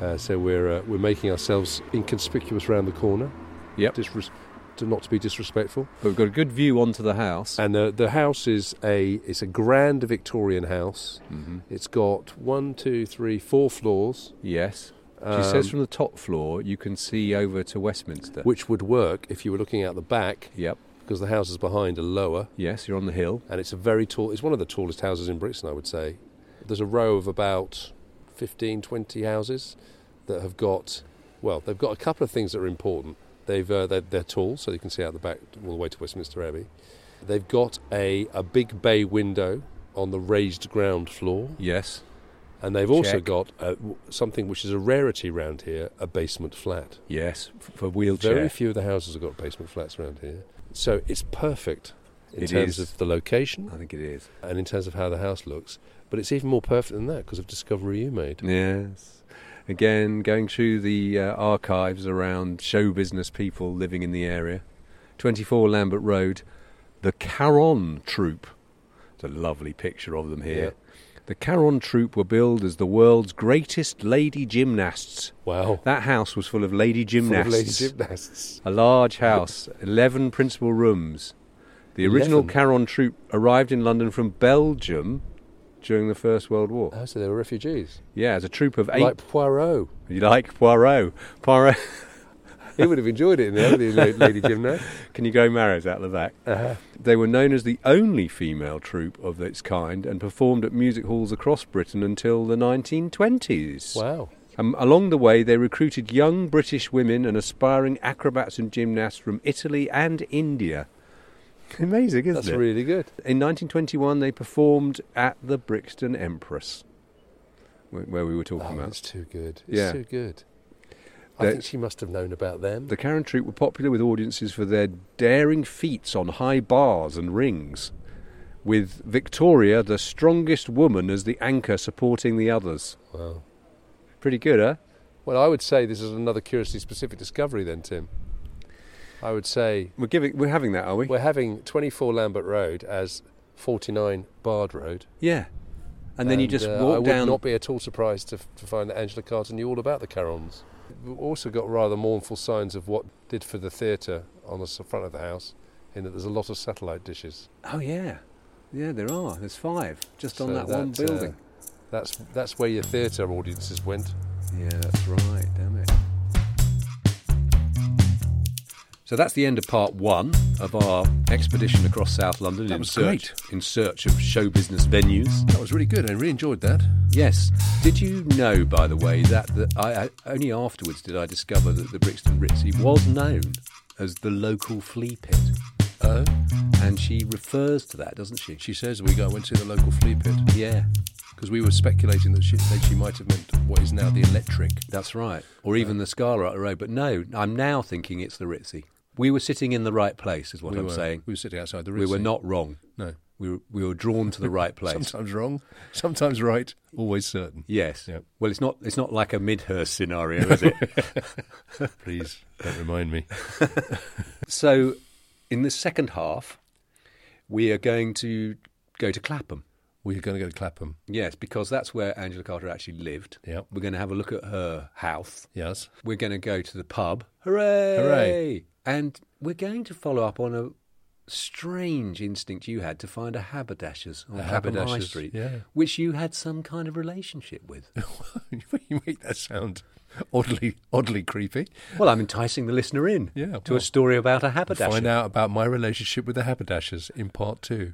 [SPEAKER 4] Uh, so we're uh, we're making ourselves inconspicuous round the corner.
[SPEAKER 3] Yep.
[SPEAKER 4] Disres- to not to be disrespectful.
[SPEAKER 3] But we've got a good view onto the house.
[SPEAKER 4] And the the house is a it's a grand Victorian house.
[SPEAKER 3] Mhm.
[SPEAKER 4] It's got one, two, three, four floors,
[SPEAKER 3] Yes. She
[SPEAKER 4] Um,
[SPEAKER 3] says from the top floor you can see over to Westminster.
[SPEAKER 4] which would work if you were looking out the back
[SPEAKER 3] Yep.
[SPEAKER 4] because the houses behind are lower.
[SPEAKER 3] Yes, you're on the hill.
[SPEAKER 4] and it's a very tall it's one of the tallest houses in Brixton I would say there's a row of about 15 20 houses that have got well they've got a couple of things that are important they've uh, they're, they're tall so you can see out the back all the way to Westminster Abbey they've got a, a big bay window on the raised ground floor
[SPEAKER 3] Yes.
[SPEAKER 4] and they've also
[SPEAKER 3] Check.
[SPEAKER 4] got a, w- something which is a rarity round here a basement flat
[SPEAKER 3] Yes. f- For wheelchair.
[SPEAKER 4] very few of the houses have got basement flats around here so it's perfect in
[SPEAKER 3] It
[SPEAKER 4] terms
[SPEAKER 3] is.
[SPEAKER 4] of the location
[SPEAKER 3] I think it is.
[SPEAKER 4] and in terms of how the house looks. But it's even more perfect than that because of discovery you made.
[SPEAKER 3] Yes. Again, going through the uh, archives around show business people living in the area. 24 Lambert Road, the Caron Troupe,
[SPEAKER 4] It's a lovely picture of them here. The Caron troupe were billed as the world's greatest lady gymnasts.
[SPEAKER 7] Wow.
[SPEAKER 4] That house was full of lady
[SPEAKER 7] Full
[SPEAKER 4] gymnasts.
[SPEAKER 7] of lady gymnasts.
[SPEAKER 4] A large house, 11 principal rooms. The original
[SPEAKER 7] Eleven?
[SPEAKER 4] Caron troupe arrived in London from Belgium during the First World War.
[SPEAKER 7] Oh, so they were refugees.
[SPEAKER 4] Yeah, as a troupe of eight.
[SPEAKER 7] Like Poirot.
[SPEAKER 4] you like Poirot? Poirot.
[SPEAKER 7] He would have enjoyed it in there, the la- lady gymnast.
[SPEAKER 4] Can you go Marrows out the back?
[SPEAKER 7] Uh-huh.
[SPEAKER 4] They were known as the only female troupe of its kind and performed at music halls across Britain until the 1920s.
[SPEAKER 7] Wow.
[SPEAKER 4] Um, along the way, they recruited young British women and aspiring acrobats and gymnasts from Italy and India. Amazing, isn't
[SPEAKER 7] That's
[SPEAKER 4] it?
[SPEAKER 7] really good.
[SPEAKER 4] In 1921, they performed at the Brixton Empress, wh- where we were talking
[SPEAKER 7] Oh,
[SPEAKER 4] about.
[SPEAKER 7] that's too good. It's
[SPEAKER 4] Yeah.
[SPEAKER 7] too good. I
[SPEAKER 4] They-
[SPEAKER 7] think she must have known about them.
[SPEAKER 4] The Karen troupe were popular with audiences for their daring feats on high bars and rings, with Victoria, the strongest woman, as the anchor supporting the others.
[SPEAKER 7] Wow.
[SPEAKER 4] Pretty good, huh?
[SPEAKER 7] Well, I would say this is another curiously specific discovery, then, Tim. I would say
[SPEAKER 4] We're giving, we're having that, are we?
[SPEAKER 7] we're having 24 Lambert Road as 49 Bard Road.
[SPEAKER 4] yeah. And then you just
[SPEAKER 7] uh,
[SPEAKER 4] walk
[SPEAKER 7] I would
[SPEAKER 4] down.
[SPEAKER 7] not be at all surprised to, to find that Angela Carter knew all about the Carons. We've also got rather mournful signs of what did for the theatre on the s- front of the house, in that there's a lot of satellite dishes.
[SPEAKER 4] oh yeah, yeah, there are. There's five just on
[SPEAKER 7] So
[SPEAKER 4] that, one
[SPEAKER 7] uh,
[SPEAKER 4] building.
[SPEAKER 7] that's that's where your theatre audiences went.
[SPEAKER 4] Yeah, that's right. Damn it. So that's the end of part one of our expedition across South London
[SPEAKER 7] That
[SPEAKER 4] in
[SPEAKER 7] was
[SPEAKER 4] search in search of show business venues.
[SPEAKER 7] That was really good. I really enjoyed that.
[SPEAKER 4] Yes. Did you know, by the way, that the, I, I only afterwards did I discover that the Brixton Ritzy was known as the local flea pit,
[SPEAKER 7] Oh,
[SPEAKER 4] and she refers to that, doesn't she?
[SPEAKER 7] she says we go went to the local flea pit
[SPEAKER 4] Yeah,
[SPEAKER 7] because we were speculating that she, that she might have meant what is now the electric.
[SPEAKER 4] that's right. Or even the Scarlet Road, but no, I'm now thinking it's the Ritzy. We were sitting in the right place, is what
[SPEAKER 7] we
[SPEAKER 4] I'm
[SPEAKER 7] were,
[SPEAKER 4] saying.
[SPEAKER 7] We were sitting outside the.
[SPEAKER 4] We were
[SPEAKER 7] Ritzy.
[SPEAKER 4] not wrong.
[SPEAKER 7] No.
[SPEAKER 4] We were, we were drawn to the right place.
[SPEAKER 7] Sometimes wrong, sometimes right, always certain.
[SPEAKER 4] Yes.
[SPEAKER 7] Yep.
[SPEAKER 4] Well, it's not it's not like a Midhurst scenario, is it?
[SPEAKER 7] Please don't remind me.
[SPEAKER 4] so, in the second half, we are going to go to Clapham.
[SPEAKER 7] We're going to go to Clapham.
[SPEAKER 4] Yes, because that's where Angela Carter actually lived.
[SPEAKER 7] Yep.
[SPEAKER 4] We're going to have a look at her house.
[SPEAKER 7] Yes.
[SPEAKER 4] We're going to go to the pub. Hooray!
[SPEAKER 7] Hooray.
[SPEAKER 4] And we're going to follow up on a strange instinct you had to find a haberdasher's on
[SPEAKER 7] A
[SPEAKER 4] Clapham High
[SPEAKER 7] haberdasher's,
[SPEAKER 4] Street,
[SPEAKER 7] yeah.
[SPEAKER 4] which you had some kind of relationship with.
[SPEAKER 7] you make that sound oddly, oddly creepy.
[SPEAKER 4] well, I'm enticing the listener in
[SPEAKER 7] Yeah,
[SPEAKER 4] to
[SPEAKER 7] well,
[SPEAKER 4] a story about a haberdasher.
[SPEAKER 7] Find out about my relationship with the haberdashers in part two.